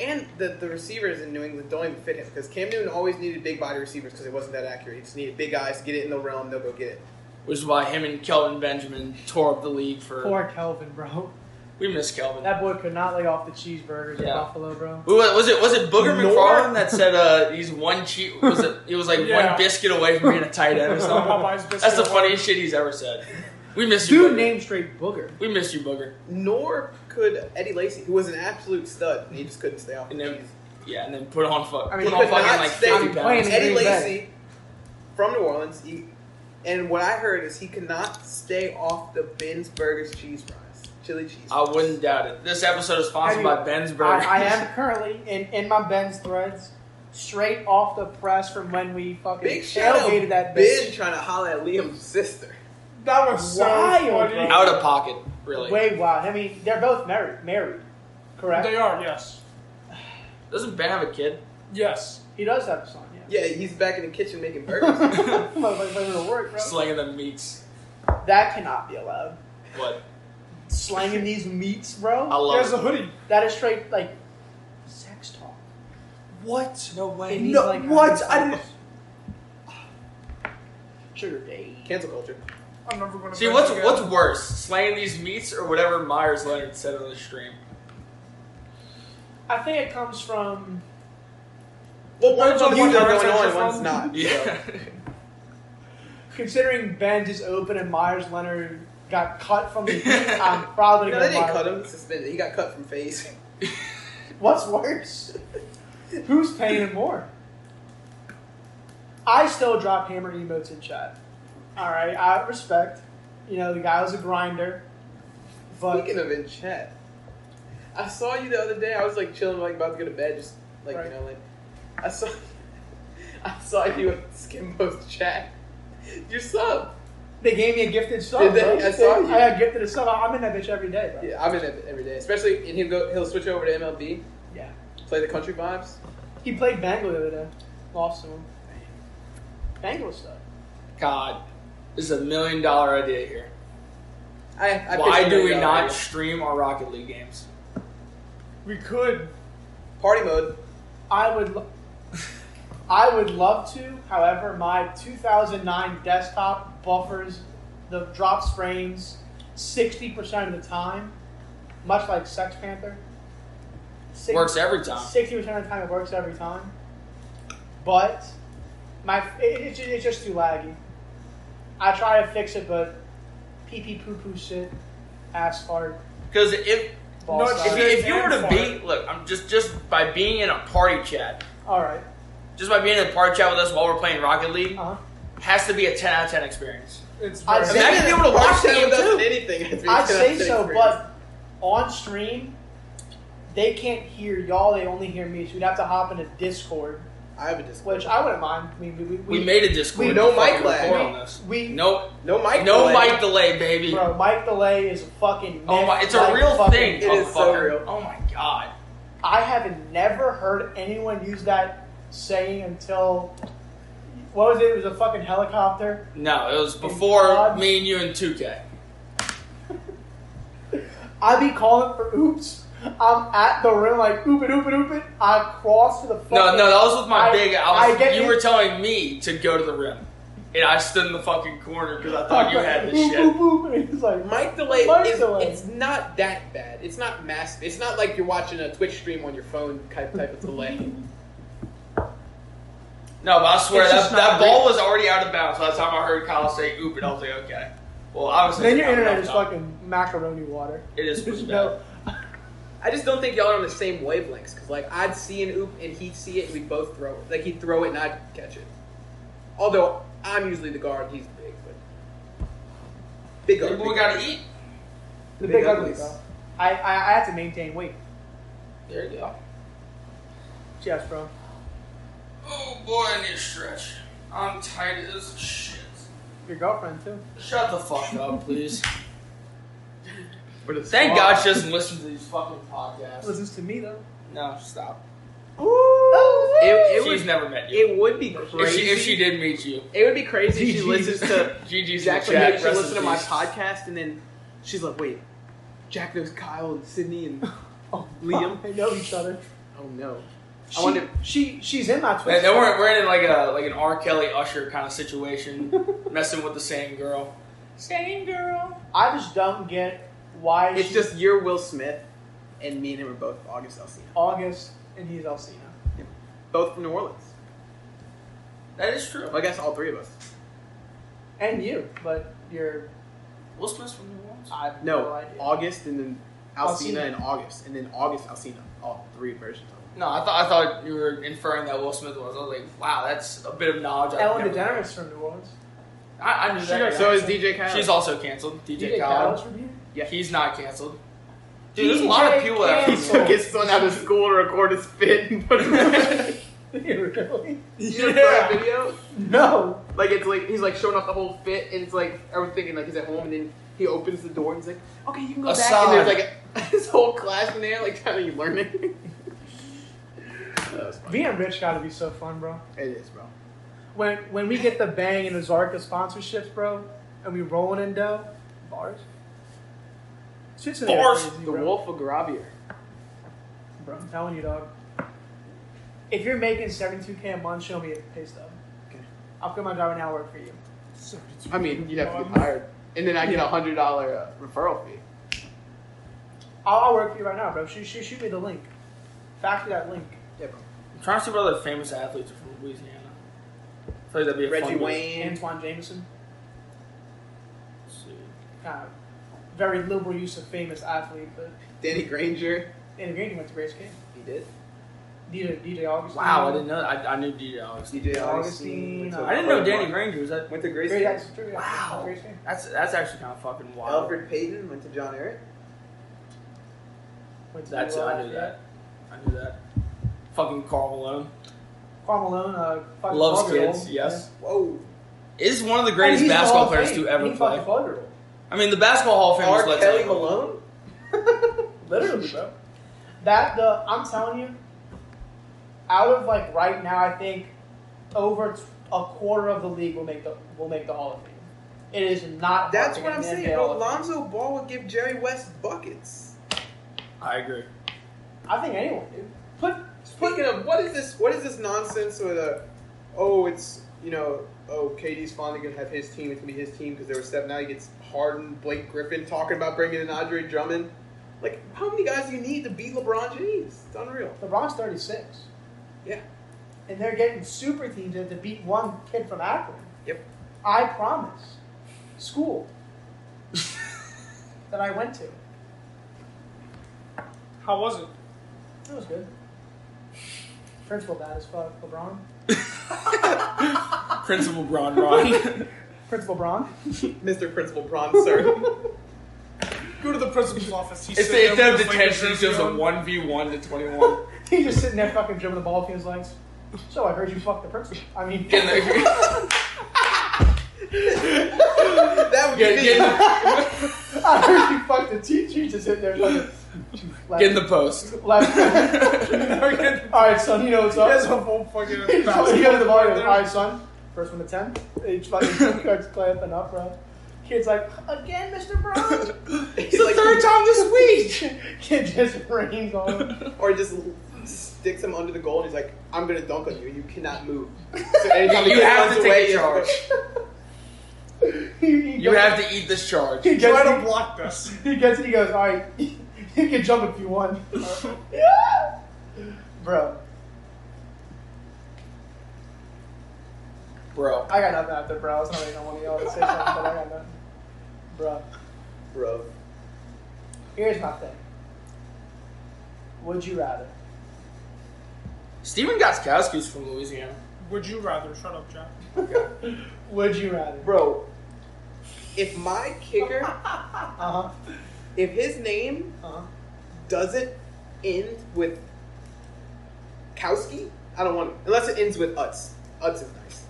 and the the receivers in New England don't even fit him. Because Cam Newton always needed big body receivers because it wasn't that accurate. He just needed big guys to get it in the realm. They'll go get it. Which is why him and Kelvin Benjamin tore up the league for. Poor Kelvin, bro. We miss Kelvin. That boy could not lay off the cheeseburgers in Yeah. Buffalo, bro. Who was was it? Was it Booger Nor- McFarland that said uh, he's one cheat? Was it? It was like one Yeah. biscuit away from being a tight end or something. Popeye's biscuit. That's the funniest shit he's ever said. We miss you, Dude Booger. named straight Booger. we miss you, Booger. Nor could Eddie Lacy, who was an absolute stud. He just couldn't stay off. And the then, cheese. yeah, and then put on fuck. I mean, he put on could not fucking like stay- fifty I'm pounds. playing- Eddie Green Bay. Lacy from New Orleans, he, and what I heard is he could not stay off the Ben's Burgers cheese fries, chili cheese. I fries. wouldn't doubt it. This episode is sponsored How do you- by Ben's Burgers. I, I am currently in, in my Ben's threads, straight off the press from when we fucking Big shout out tailgated that Ben bitch. trying to holler at Liam's sister. That was so Wild, funny. bro. out of pocket, really. Way wild. I mean, they're both married. Married, correct? They are, yes. Doesn't Ben have a kid? Yes. he does have a son. Yeah. Yeah, he's back in the kitchen making burgers. Motherfucker, to work, bro. Slinging the meats. That cannot be allowed. What? Slanging these meats, I bro. He love has it. a hoodie. That is straight like sex talk. What? No way. And he's No, like, what? I'm I didn't- Sugar day. Cancel culture. I'm never going to. See, what's what's worse, slaying these meats or whatever Myers Leonard said on the stream? I think it comes from Well, one's on one's you on that's your going on, residential one's phone. not. Yeah. considering Ben just opened and Myers Leonard got cut from the team. I'm probably No, gonna they didn't Myers- cut him. Suspended. He got cut from phase. What's worse? Who's paying him more? I still drop hammer emotes in chat. All right, I respect. You know, the guy was a grinder, but Speaking of in chat, I saw you the other day. I was like chilling, like about to go to bed, just like Right. you know, like I saw, I saw you in Skimbo's chat. Your sub. they gave me a gifted sub. Did they? bro. I saw you. I got gifted a sub. I'm in that bitch every day, bro. Yeah, I'm in it every day, especially and he'll go. He'll switch over to MLB, yeah. play the country vibes. He played Bengal the other day. Lost to him. Bengal stuff. God, this is a million dollar idea here. I, I Why pitched do we Miguel not already. stream our Rocket League games? We could. party mode? I would, lo- I would love to. However, my 2009 desktop buffers the drops frames 60% of the time, much like Sex Panther. Six- Works every time. 60% of the time, it works every time. But my it, it's ju- it's just too laggy. I try to fix it, but pee pee poo poo shit, ass fart. Because if Ball No, If, side. you- if you were And to fart. be, look, I'm just just by being in a party chat, All right. just by being in a party chat with us while we're playing Rocket League, Uh-huh. has to be a 10 out of 10 experience. It's I'd very- say- Imagine being able to watch the game doesn't too. anything. I'd say so, but on stream, they can't hear y'all. They only hear me. So we'd have to hop into Discord, I have a Discord. which I wouldn't mind. I mean, we, we, We made a Discord. we- to no fucking mic lag. record on this. we No, No mic. no delay. mic delay, baby. bro. Mike delay is a fucking. Oh myth, my, it's a like, real fucking- thing. It is so motherfucker. real. Oh my god. I haven't never heard anyone use that saying until what was it? It was a fucking helicopter. No, it was before God. me and you and 2K. I be calling for oops. I'm at the rim like oop it oop it oop it. I cross to the fucking No, no, that was with my I- big. I was, I get you it. were telling me to go to the rim, and I stood in the fucking corner because I thought you had this oop, shit. Oop, oop, and he's like Mic delay Mic is delay. it's not that bad. It's not massive. It's not like you're watching a Twitch stream on your phone type type of delay. No, but I swear It's that, just not that ball was already out of bounds by the time I heard Kyle say "oop," and I was like, okay. Well, obviously, Then your it's not internet enough is time. fucking macaroni water. It is There's pretty no. I just don't think y'all are on the same wavelengths. Cause like I'd see an oop and he'd see it and we'd both throw it. Like he'd throw it and I'd catch it. Although I'm usually the guard, he's the big, but big bad. guard. People big guard. gotta eat. The Big big ugly, uglies. bro. I, I I have to maintain weight. There you go. Yes, bro. Oh boy, I need a stretch. I'm tight as shit. Your girlfriend too. Shut the fuck up, please. But it's Thank small. God she doesn't listen to these fucking podcasts. Listens to me though. No, stop. Ooh. It, it She's would never met you. it would be If crazy she, if she did meet you, It would be crazy if she GG's. listens to GG's exactly in the maybe chat. she Rest listens to in my peace. podcast and then she's like, wait, Jack knows Kyle and Sydney and Oh, Liam. They know each other. oh no. She, wonder- she she's in my Twitch. And then we're, we're in like a like an R. Kelly Usher kind of situation, messing with the same girl. Same girl. I just don't get why It's she- just you're Will Smith and me and him are both August Alsina. August and he's Alcina. Both from New Orleans. That is true. Well, I guess all three of us. And you, but you're Will Smith's from New Orleans. I have no, No, idea. August and then Alcina Alsina. and August and then August Alcina. All three versions of No, I thought I thought you were inferring that Will Smith was. I was like, wow, that's a bit of knowledge. I Ellen never- DeGeneres from New Orleans. I, I knew it. that. So is DJ Kyle. She's also canceled. You DJ get Khaled. Kyle's from here? Yeah. He's not canceled. Dude, there's a lot of DJ people that he are took canceled. his son out of school to record his fit and put him really? You know that video? No. Like it's like he's like showing off the whole fit, and it's like I was thinking like he's at home, and then he opens the door and he's like, "Okay, you can go back." And there's like his whole class in there, like trying to learn it. that was funny. Being rich gotta be so fun, bro. It is, bro. When when we get the bang and the Zarka sponsorships, bro, and we rolling in dough, bars. Shit's in there Bars. crazy, The bro. Wolf of Gravier. Bro, I'm telling you, dog. If you're making 72k a month, show me a pay stub. Okay. I'll quit my job and I'll work for you. I mean, you'd have to get hired, and then I get a hundred dollar uh, referral fee. I'll, I'll work for you right now, bro. Shoot, shoot, shoot me the link. Factor that link. Yeah, bro. I'm trying to see what other famous athletes are from Louisiana. I feel like that'd be a Reggie fun one. Wayne. Antoine Jameson. Let's see. Uh, very liberal use of famous athlete, but Danny Granger. in a game, went to Grace King. He did. DJ, DJ Augustine. Wow, I didn't know. that. I, I knew DJ August. DJ Augustine. Augustine. I didn't know Danny Granger was that. Went to Grace. Great actor, true, yeah, Wow. Grace King. That's that's actually kind of fucking wild. Alfred Payton went to John Eric. Went to, That's it. uh, I knew that. I knew that. Fucking Carl Malone Carl Malone, uh, fucking loves 12-year-old. kids. Yes, Whoa. is one of the Yeah. I mean, greatest he's the Hall basketball of players Fame. to ever He's play. fucking 12-year-old. I mean, the basketball Hall of Fame R. is Kelly legendary. Malone. Literally, bro. That the I'm telling you, out of like right now, I think over t- a quarter of the league will make the will make the Hall of Fame. It is not. That's happening what I'm in the saying, NBA Hall bro. of Fame. Lonzo Ball would give Jerry West buckets. I agree. I think anyone, dude. Put Speaking of what is this? What is this nonsense with a? Oh, it's you know. Oh, KD's finally gonna have his team. It's gonna be his team because there was seven. Now he gets Harden, Blake Griffin talking about bringing in Andre Drummond. Like, how many guys do you need to beat LeBron James? It's unreal. LeBron's 36, Yeah. and they're getting super teams in to beat one kid from Akron. Yep. I promise. School that I went to. How was it? That was good. Principal bad as fuck. LeBron. Principal Bron Bron. Principal Braun. Mr. Principal Braun, sir. Go to the principal's office. He's it's the sitting it's there the with, like, detention. It's his just a on. one v one to twenty one. He's just sitting there fucking dribbling the ball between his legs. So I heard you fuck the principal. I mean, Getting the, that would get, be get, in I heard you fuck the teacher. You just sit there fucking. the, get in the post. left. All right, son. You know what's He has up. a whole fucking He just basketball goes to the bar. All right there. right, son. First one to ten. Each fucking starts clamping up, bro. Kid's like, again, Mr. Brown. He's like- time this week. Kid just rains on him. or just sticks him under the goal and he's like, I'm gonna dunk on you. You cannot move. So anytime he You have runs to take away, a you have to- He, he You goes- have to eat this charge. He Try gets, to it, block this. he gets it. He goes, all right. you can jump if you want, Yeah. bro. Bro. I got nothing out there, bro. I was not even one of y'all to say something, but I got nothing. Bro, Bro. here's my thing. Would you rather? Steven Goskowski's from Louisiana. Would you rather? Shut up, Jack. Would you rather? Bro. If my kicker, Uh huh. if his name Uh huh. doesn't end with Kowski, I don't want unless it ends with Utz. Utz is nice.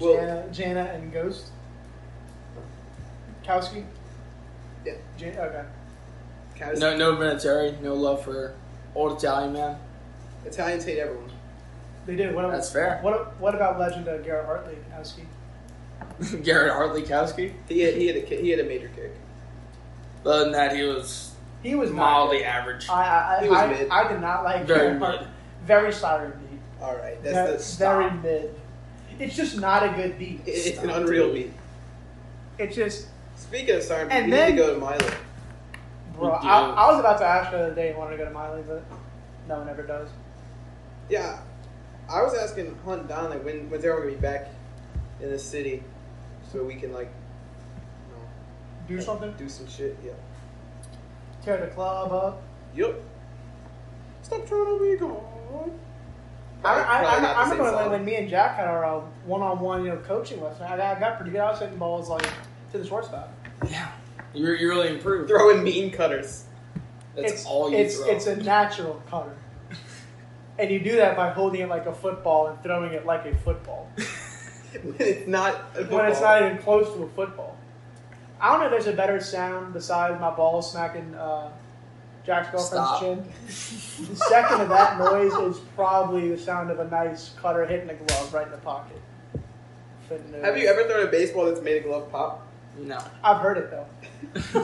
Well, Jana, Jana, and Ghost. Kowski. Yeah. Jan- okay. Kowski. No, no military, no love for old Italian man. Italians hate everyone. They did. What? That's fair. What? What about legend uh, Garrett Hartley? Kowski. Garrett Hartley Kowski. He had, he had a kick, he had a major kick. Other than that, he was He was not mildly good. average. I I I, He was I, mid. I did not like Very Garrett Hartley. mid. Very sorry beat. All right, that's Very- the very stop. mid. It's just not a good beat. It- It's an unreal beat. It's just Speaking of Sarn, And we then- need to go to Milo. Bro, We do. I, I was about to ask the other day and wanted to go to Miley, but no one ever does. Yeah, I was asking Hunt Don like when when's everyone gonna be back in the city so we can like you Do know, something, do some shit. Yeah. tear the club up. Yep. Stop trying to be gone. I, I, I, Probably not I, the same remember when, song. when me and Jack had our uh, one-on-one, you know, coaching lesson. I, I got pretty good. I was hitting balls like to the shortstop. yeah, you, you really improved. throwing mean cutters. That's it's, all you It's throw. it's a natural cutter, and you do that by holding it like a football and throwing it like a football when it's not a when it's football. not even close to a football. I don't know. if There's a better sound besides my ball smacking uh, Jack's girlfriend's Stop. chin. The second of that noise is probably the sound of a nice cutter hitting a glove right in the pocket. Fitting it Have you ever thrown a baseball that's made a glove pop? no. I've heard it though.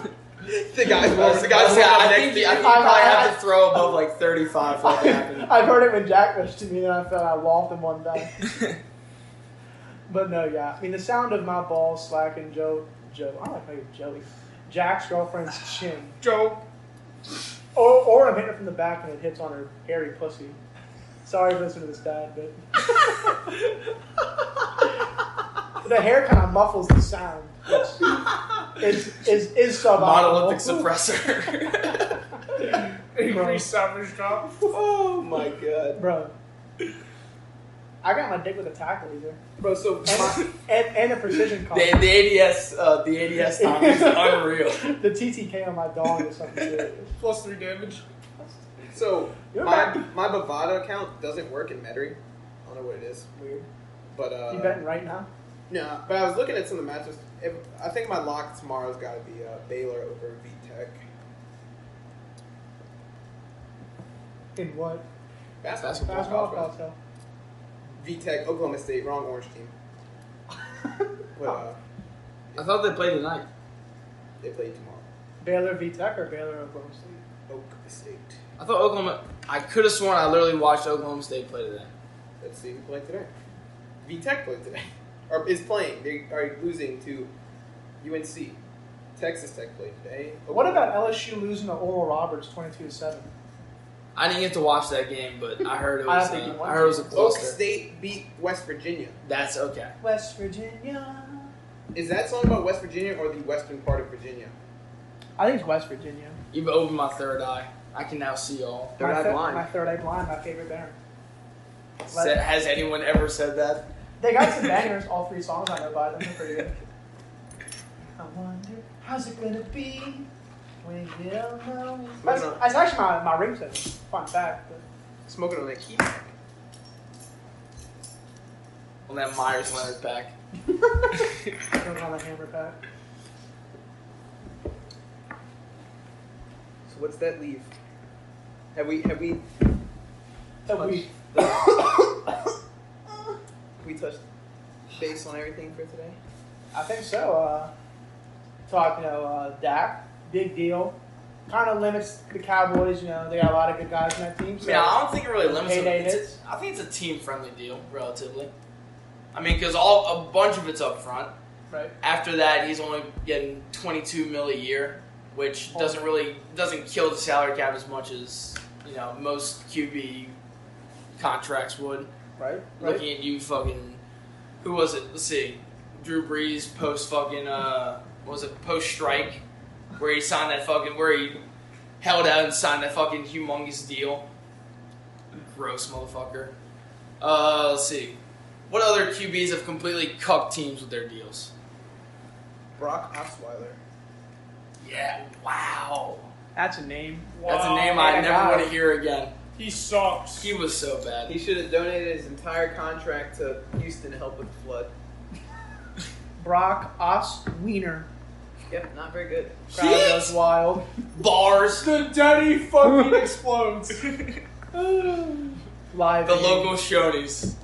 The guy's well, the I, guy's think- I next think to you, you. I think you I- probably I- have to throw above like 35 for that to happen. I've heard it when Jack rushed to me, and I felt I lobbed him one time. but no, yeah. I mean, the sound of my ball slacking Joe, Joe. I don't know if Joey, Jack's girlfriend's chin, Joe, or or I'm hitting it from the back and it hits on her hairy pussy. Sorry, listen to this, Dad, but the hair kind of muffles the sound. It's is is suboptimal. Monolithic suppressor. increase savage drop. Oh my god, bro. I got my dick with a tackle either, bro! So my, and and, and a precision call. the, the ADS, uh, the ADS time is unreal. The TTK on my dog is something serious. Plus three damage. so You're my back. my Bovada account doesn't work in Metairie. I don't know what it is. Weird, but uh, You betting right now? no. But I was looking at some of the matches. If, I think my lock tomorrow's got to be uh, Baylor over V Tech. In what? Basketball. Basketball cocktail. V Tech, Oklahoma State, wrong orange team. But uh, I thought they played tonight. they play tomorrow. Baylor V Tech or Baylor Oklahoma State? Oak State. I thought Oklahoma. I could have sworn I literally watched Oklahoma State play today. Let's see who played today. V Tech played today, or is playing. They are losing to UNC. Texas Tech played today. What about LSU losing to Oral Roberts twenty-two to seven? I didn't get to watch that game, but I heard it I was. think uh, you won. I heard it was a Oak cluster. State beat West Virginia? That's okay. West Virginia. Is that song about West Virginia or the western part of Virginia? I think it's West Virginia. You've opened my third eye. I can now see all. Third my Eye thir- Blind. My third eye blind. My favorite banger. Let- Sa- has anyone ever said that? They got some bangers. All three songs I know by them. They're pretty good. I wonder how's it gonna be when you don't know. That's, Moving on. that's actually my my ringtone. Fun fact. But Smoking on that key. On that Myers Leonard pack. it goes on the hammer pack. So what's that leave? Have we have we So we we touched base on everything for today? I think so. Uh, talk, you know, uh, Dak, big deal. Kind of limits the Cowboys. You know, they got a lot of good guys in that team. So Yeah, I don't think it really limits Payday it. It's a- hits. I think it's a team-friendly deal, relatively. I mean, because all a bunch of it's up front. right. After that, he's only getting 22 mil a year, which doesn't really doesn't kill the salary cap as much as you know most QB contracts would. Right. Right. Looking at you, fucking who was it? Let's see, Drew Brees post fucking uh, what was it post strike where he signed that fucking where he held out and signed that fucking humongous deal. Gross motherfucker. Uh, let's see. What other QBs have completely cucked teams with their deals? Brock Osweiler. Yeah, wow. That's a name. That's a Wow, name Oh I my never God. want to hear again. He sucks. He was so bad. He should have donated his entire contract to Houston to help with the flood. Brock Os Wiener. Yep, not very good. Crowd goes wild. Bars. the daddy fucking explodes. Live. The aid. local Shoney's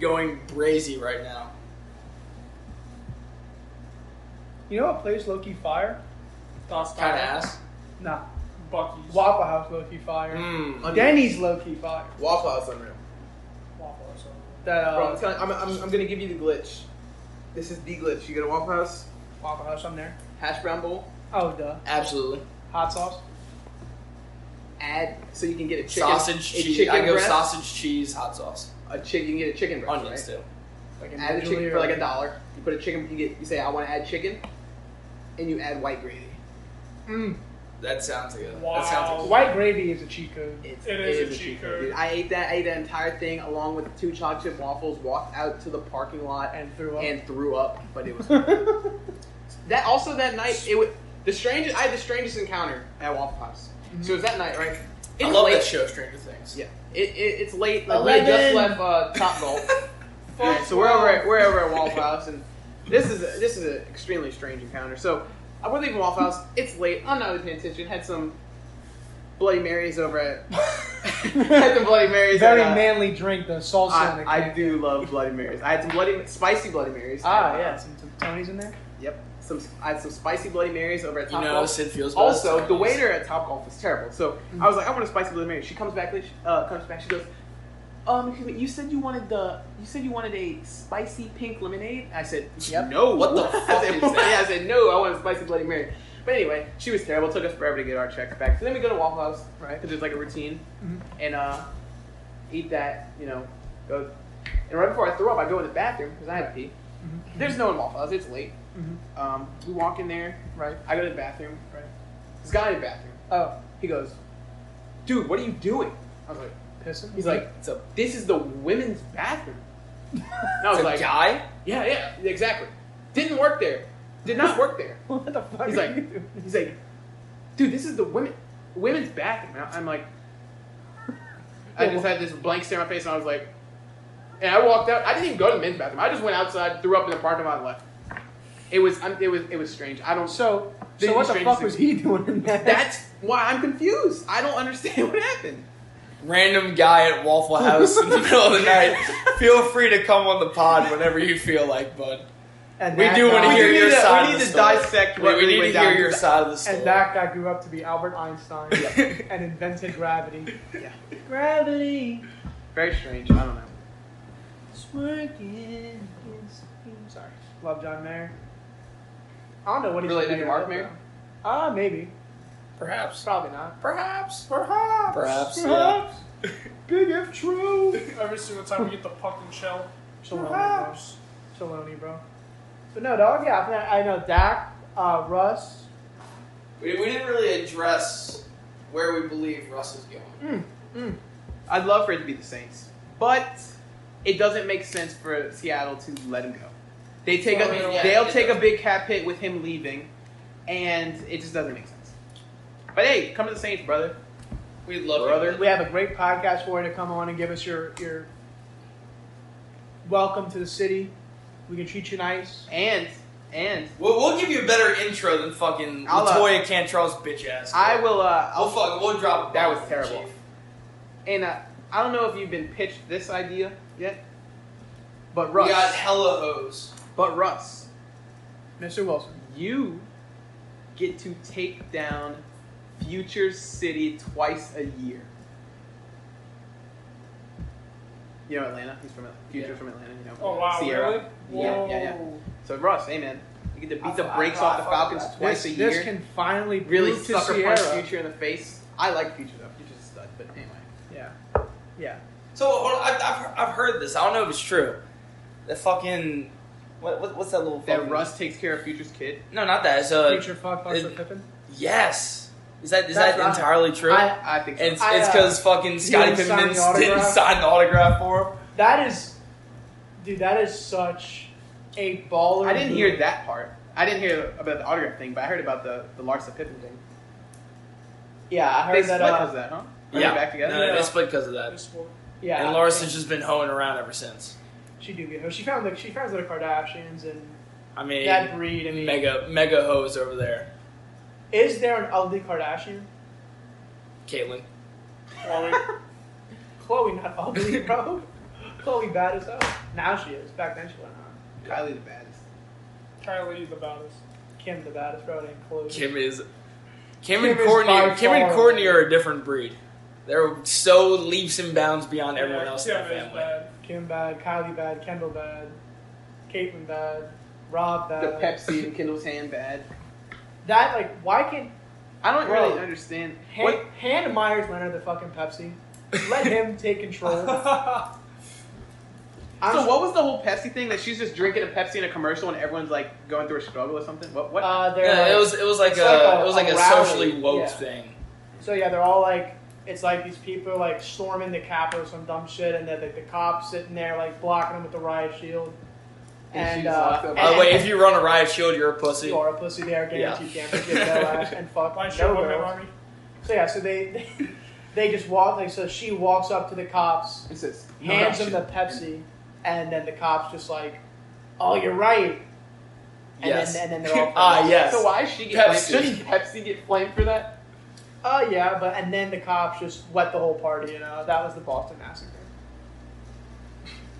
going brazy right now. You know what plays Loki Fire? Kind of ass. Nah. Bucky's. Waffle House Loki Fire. Mm. Unreal. Denny's Loki Fire. Waffle House unreal. Waffle House. That Oh. Bro, I'm uh, telling I'm, I'm, I'm gonna give you the glitch. This is the glitch. You go to Waffle House, Waffle House. I'm there. hash brown bowl, Oh duh. Absolutely. Hot sauce. add so you can get a chicken sausage a cheese. chicken I go breast, sausage cheese hot sauce. a chicken. You can get a chicken breast, Onions right? too. Like Add a individually chicken or- for like a dollar. You put a chicken. You get. You say I want to add chicken, and you add white gravy. Mm. That sounds good. Wow. That sounds good. White gravy is a cheat code. It's, It is a cheat code. dude. I ate that. I ate that entire thing along with two chocolate chip waffles. Walked out to the parking lot And threw up. and threw up. But it was And that. Also that night, it was the strangest. I had the strangest encounter at Waffle House. So it was that night, right? I It's love late. that show, Stranger Things. Yeah, it, it, it's late. Like, we had just Eleven. left uh, Top Golf. Alright, so we're over at, we're over at Waffle House, and this is a, this is an extremely strange encounter. So uh, we're leaving Waffle House. It's late. I'm not paying attention. Had some Bloody Marys over at had some Bloody Marys. Very at, uh, manly drink, the salsa in I, it. I do love Bloody Marys. I had some bloody spicy Bloody Marys. Ah, yeah, some, some Tony's in there. Yep. Some I had some spicy Bloody Marys over at You Top know, Sid feels Uh-huh. Also, the waiter at Top Golf was terrible. So I was like, I want a spicy Bloody Mary. She comes back, she, uh, comes back. She goes, um, excuse me, you said you wanted the, you said you wanted a spicy pink lemonade. I said, Yep. no. What the I fuck said, is "What?" that? I said, no. I want a spicy Bloody Mary. But anyway, she was terrible. It took us forever to get our checks back. So then we go to Waffle House, right? Because there's like a routine, Mhm. and uh, eat that. You know, go. And right before I throw up, I go in the bathroom because I had to pee. Mm-hmm. Mhm. There's no one in Waffle House. It's late. Mhm. Um, we walk in there. Right. I go to the bathroom. Right. This guy in the bathroom. Oh, He goes, dude, what are you doing? I was like, pissing. he's like, it's a, this is the women's bathroom. And I It's was a like, guy. yeah, yeah, exactly. Didn't work there. Did not work there. what the fuck? He's are like, you doing? he's like, dude, this is the women, women's bathroom. And I- I'm like, I just had this blank stare on my face, and I was like, and I walked out. I didn't even go to the men's bathroom. I just went outside, threw up in the parking lot, and left. It was, I'm- it was, it was strange. I don't. so, Then so what the strange fuck thing- was he doing in there? That's why I'm confused. I don't understand what happened. Random guy at Waffle House in the middle of the night. Feel free to come on the pod whenever you feel like, bud. and We that do want to guy- hear We your need to- side. we of need the to story. dissect We, what we really need went to down hear to your that. side of the story. And that guy grew up to be Albert Einstein and invented gravity. Yeah. Gravity Very strange. I don't know. is working. against me. Sorry. Love John Mayer. I don't know what he's Related doing to right Mark now, Mayer? though. Ah, maybe. perhaps. Probably not. Perhaps. Perhaps. Perhaps, Perhaps. Big F true. Every single time we get the fucking shell. Perhaps. Chaloni, bro. But no, dog. Yeah, I, I know Dak, uh, Russ, We, we didn't really address where we believe Russ is going. Mm, I'd love for it to be the Saints, but it doesn't make sense for Seattle to let him go. They take Well, I a, mean, yeah, they'll it take a does. big cap hit with him leaving, and it just doesn't make sense. But hey, come to the Saints, brother. We'd love Brother. We have a great podcast for you to come on and give us your your welcome to the city. We can treat you nice. And and We'll, we'll give you a better intro than fucking I'll, uh, Latoya Cantrell's bitch ass. I will. Uh, I'll I'll fuck. We'll drop. a That bomb was for the terrible. Chief. and uh, I don't know if you've been pitched this idea yet, but Russ, We got hella hose. but Russ, Mr. Wilson. you get to take down Future City twice a year. You know Atlanta. He's from Atlanta. Future's Yeah. from Atlanta. You know. Oh, wow, Sierra. really? Yeah, yeah, yeah. Whoa. So Russ, hey man, you get to beat I the fu- I- brakes I off the fuck with Falcons that. twice this, a year. This can finally really prove to sucker punch Sierra. Future in the face. I like Future though. Future's a stud, but anyway. Yeah, yeah. So hold on, I've, I've, I've heard this. I don't know if it's true. The fucking what, what what's that little That fucking- Russ takes care of Future's kid. No, not that. It's uh, Future fuck Buster it- Pippen. yes. Is that is That's that right. entirely true? I- I think so. and it's I, uh, because fucking Scotty didn't sign Pippen the didn't autograph. sign the autograph for him. That is, dude. That is such a baller. I didn't move. hear that part. I didn't hear about the autograph thing, but I heard about the the Larsa Pippen thing. Yeah, I they heard that. split Uh, because of that, huh? Are they back together? No, no, Yeah. they split because of that. This one. yeah, and Larson's just been hoeing around ever since. She do get her. She found like she found the Kardashians and I mean, that breed. I mean, mega mega hoes over there, is there an ugly Kardashian? Caitlyn. Well, Chloe not ugly, bro. Chloe bad as hell. Now she is. Back then she was not. Kylie the baddest. we- Kylie the baddest. Kim the baddest, bro. And Chloe. Kim is. Kim, Kim and is Courtney. by Kim and far- Courtney are a different breed. They're so leaps and bounds beyond everyone Yeah, else Kim in is that family. bad. Kim bad. Kylie bad. Kendall bad. Caitlyn bad. Rob bad. The Pepsi in Kendall's hand bad. That like why can't I don't Bro. really understand. Han- hand Myers Leonard the fucking Pepsi? Let him take control. I'm so what was the whole Pepsi thing that she's just drinking a Pepsi in a commercial and everyone's like going through a struggle or something? What? What? Uh, they're Yeah, like- it was it was like it's a, like a- it was like a a, rally. socially woke Yeah. thing. so yeah, they're all like, it's like these people like storming the Capitol or some dumb shit, and then like the cops sitting there like blocking them with the riot shield. And And, she's locked uh, up. By the way, and- if you run a riot shield, you're a pussy. you are a pussy, they are guaranteed Yeah. damage. Get no ass and fuck My no show women girls. army. So yeah, so they, they just walk like so. She walks up to the cops, It says hands no, them the Pepsi, and then the cops just like, "Oh, you're right." And Yes. then and then they're all ah yes. So why is she get Pepsi. blamed? Shouldn't Pepsi get blamed for that? Oh yeah, but and then the cops just wet the whole party. You know that was the Boston massacre.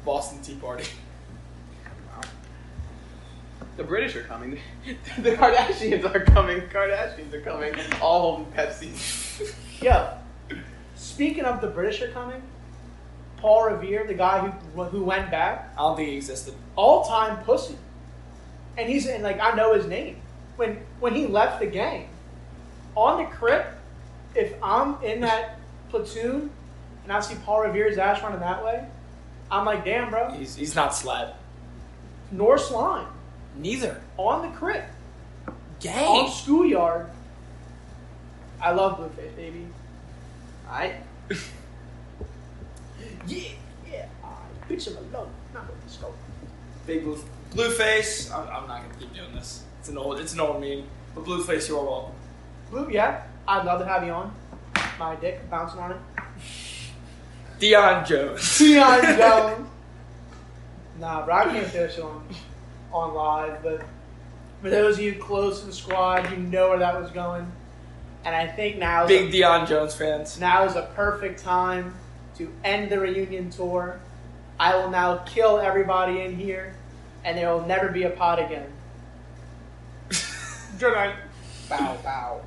Boston Tea Party. The British are coming. the Kardashians are coming. Kardashians are coming. All holding Pepsi. Yo, speaking of the British are coming, Paul Revere, the guy who who went back, I don't think he existed. all time pussy, and he's and like I know his name. When when he left the gang, on the crib, if I'm in that platoon and I see Paul Revere's ass running that way, I'm like, damn, bro, He's he's not slab. Norse line Neither. on the crib. Gang. on schoolyard. I love Blueface, baby. I Yeah, yeah. I bitch him alone, not with the skull. Big blue, blue face. I'm, I'm not gonna keep doing this. It's an old it's an old meme. But blue face, you're welcome. Blue, yeah. I'd love to have you on. My dick bouncing on it. Dion Jones. Deion Jones. Nah, bro, I can't say that shit on on live. But for those of you close to the squad, you know where that was going. And I think now is Big Dion Jones fans. now is a perfect time to end the reunion tour. I will now kill everybody in here, and there will never be a pod again. Good night. bow bow.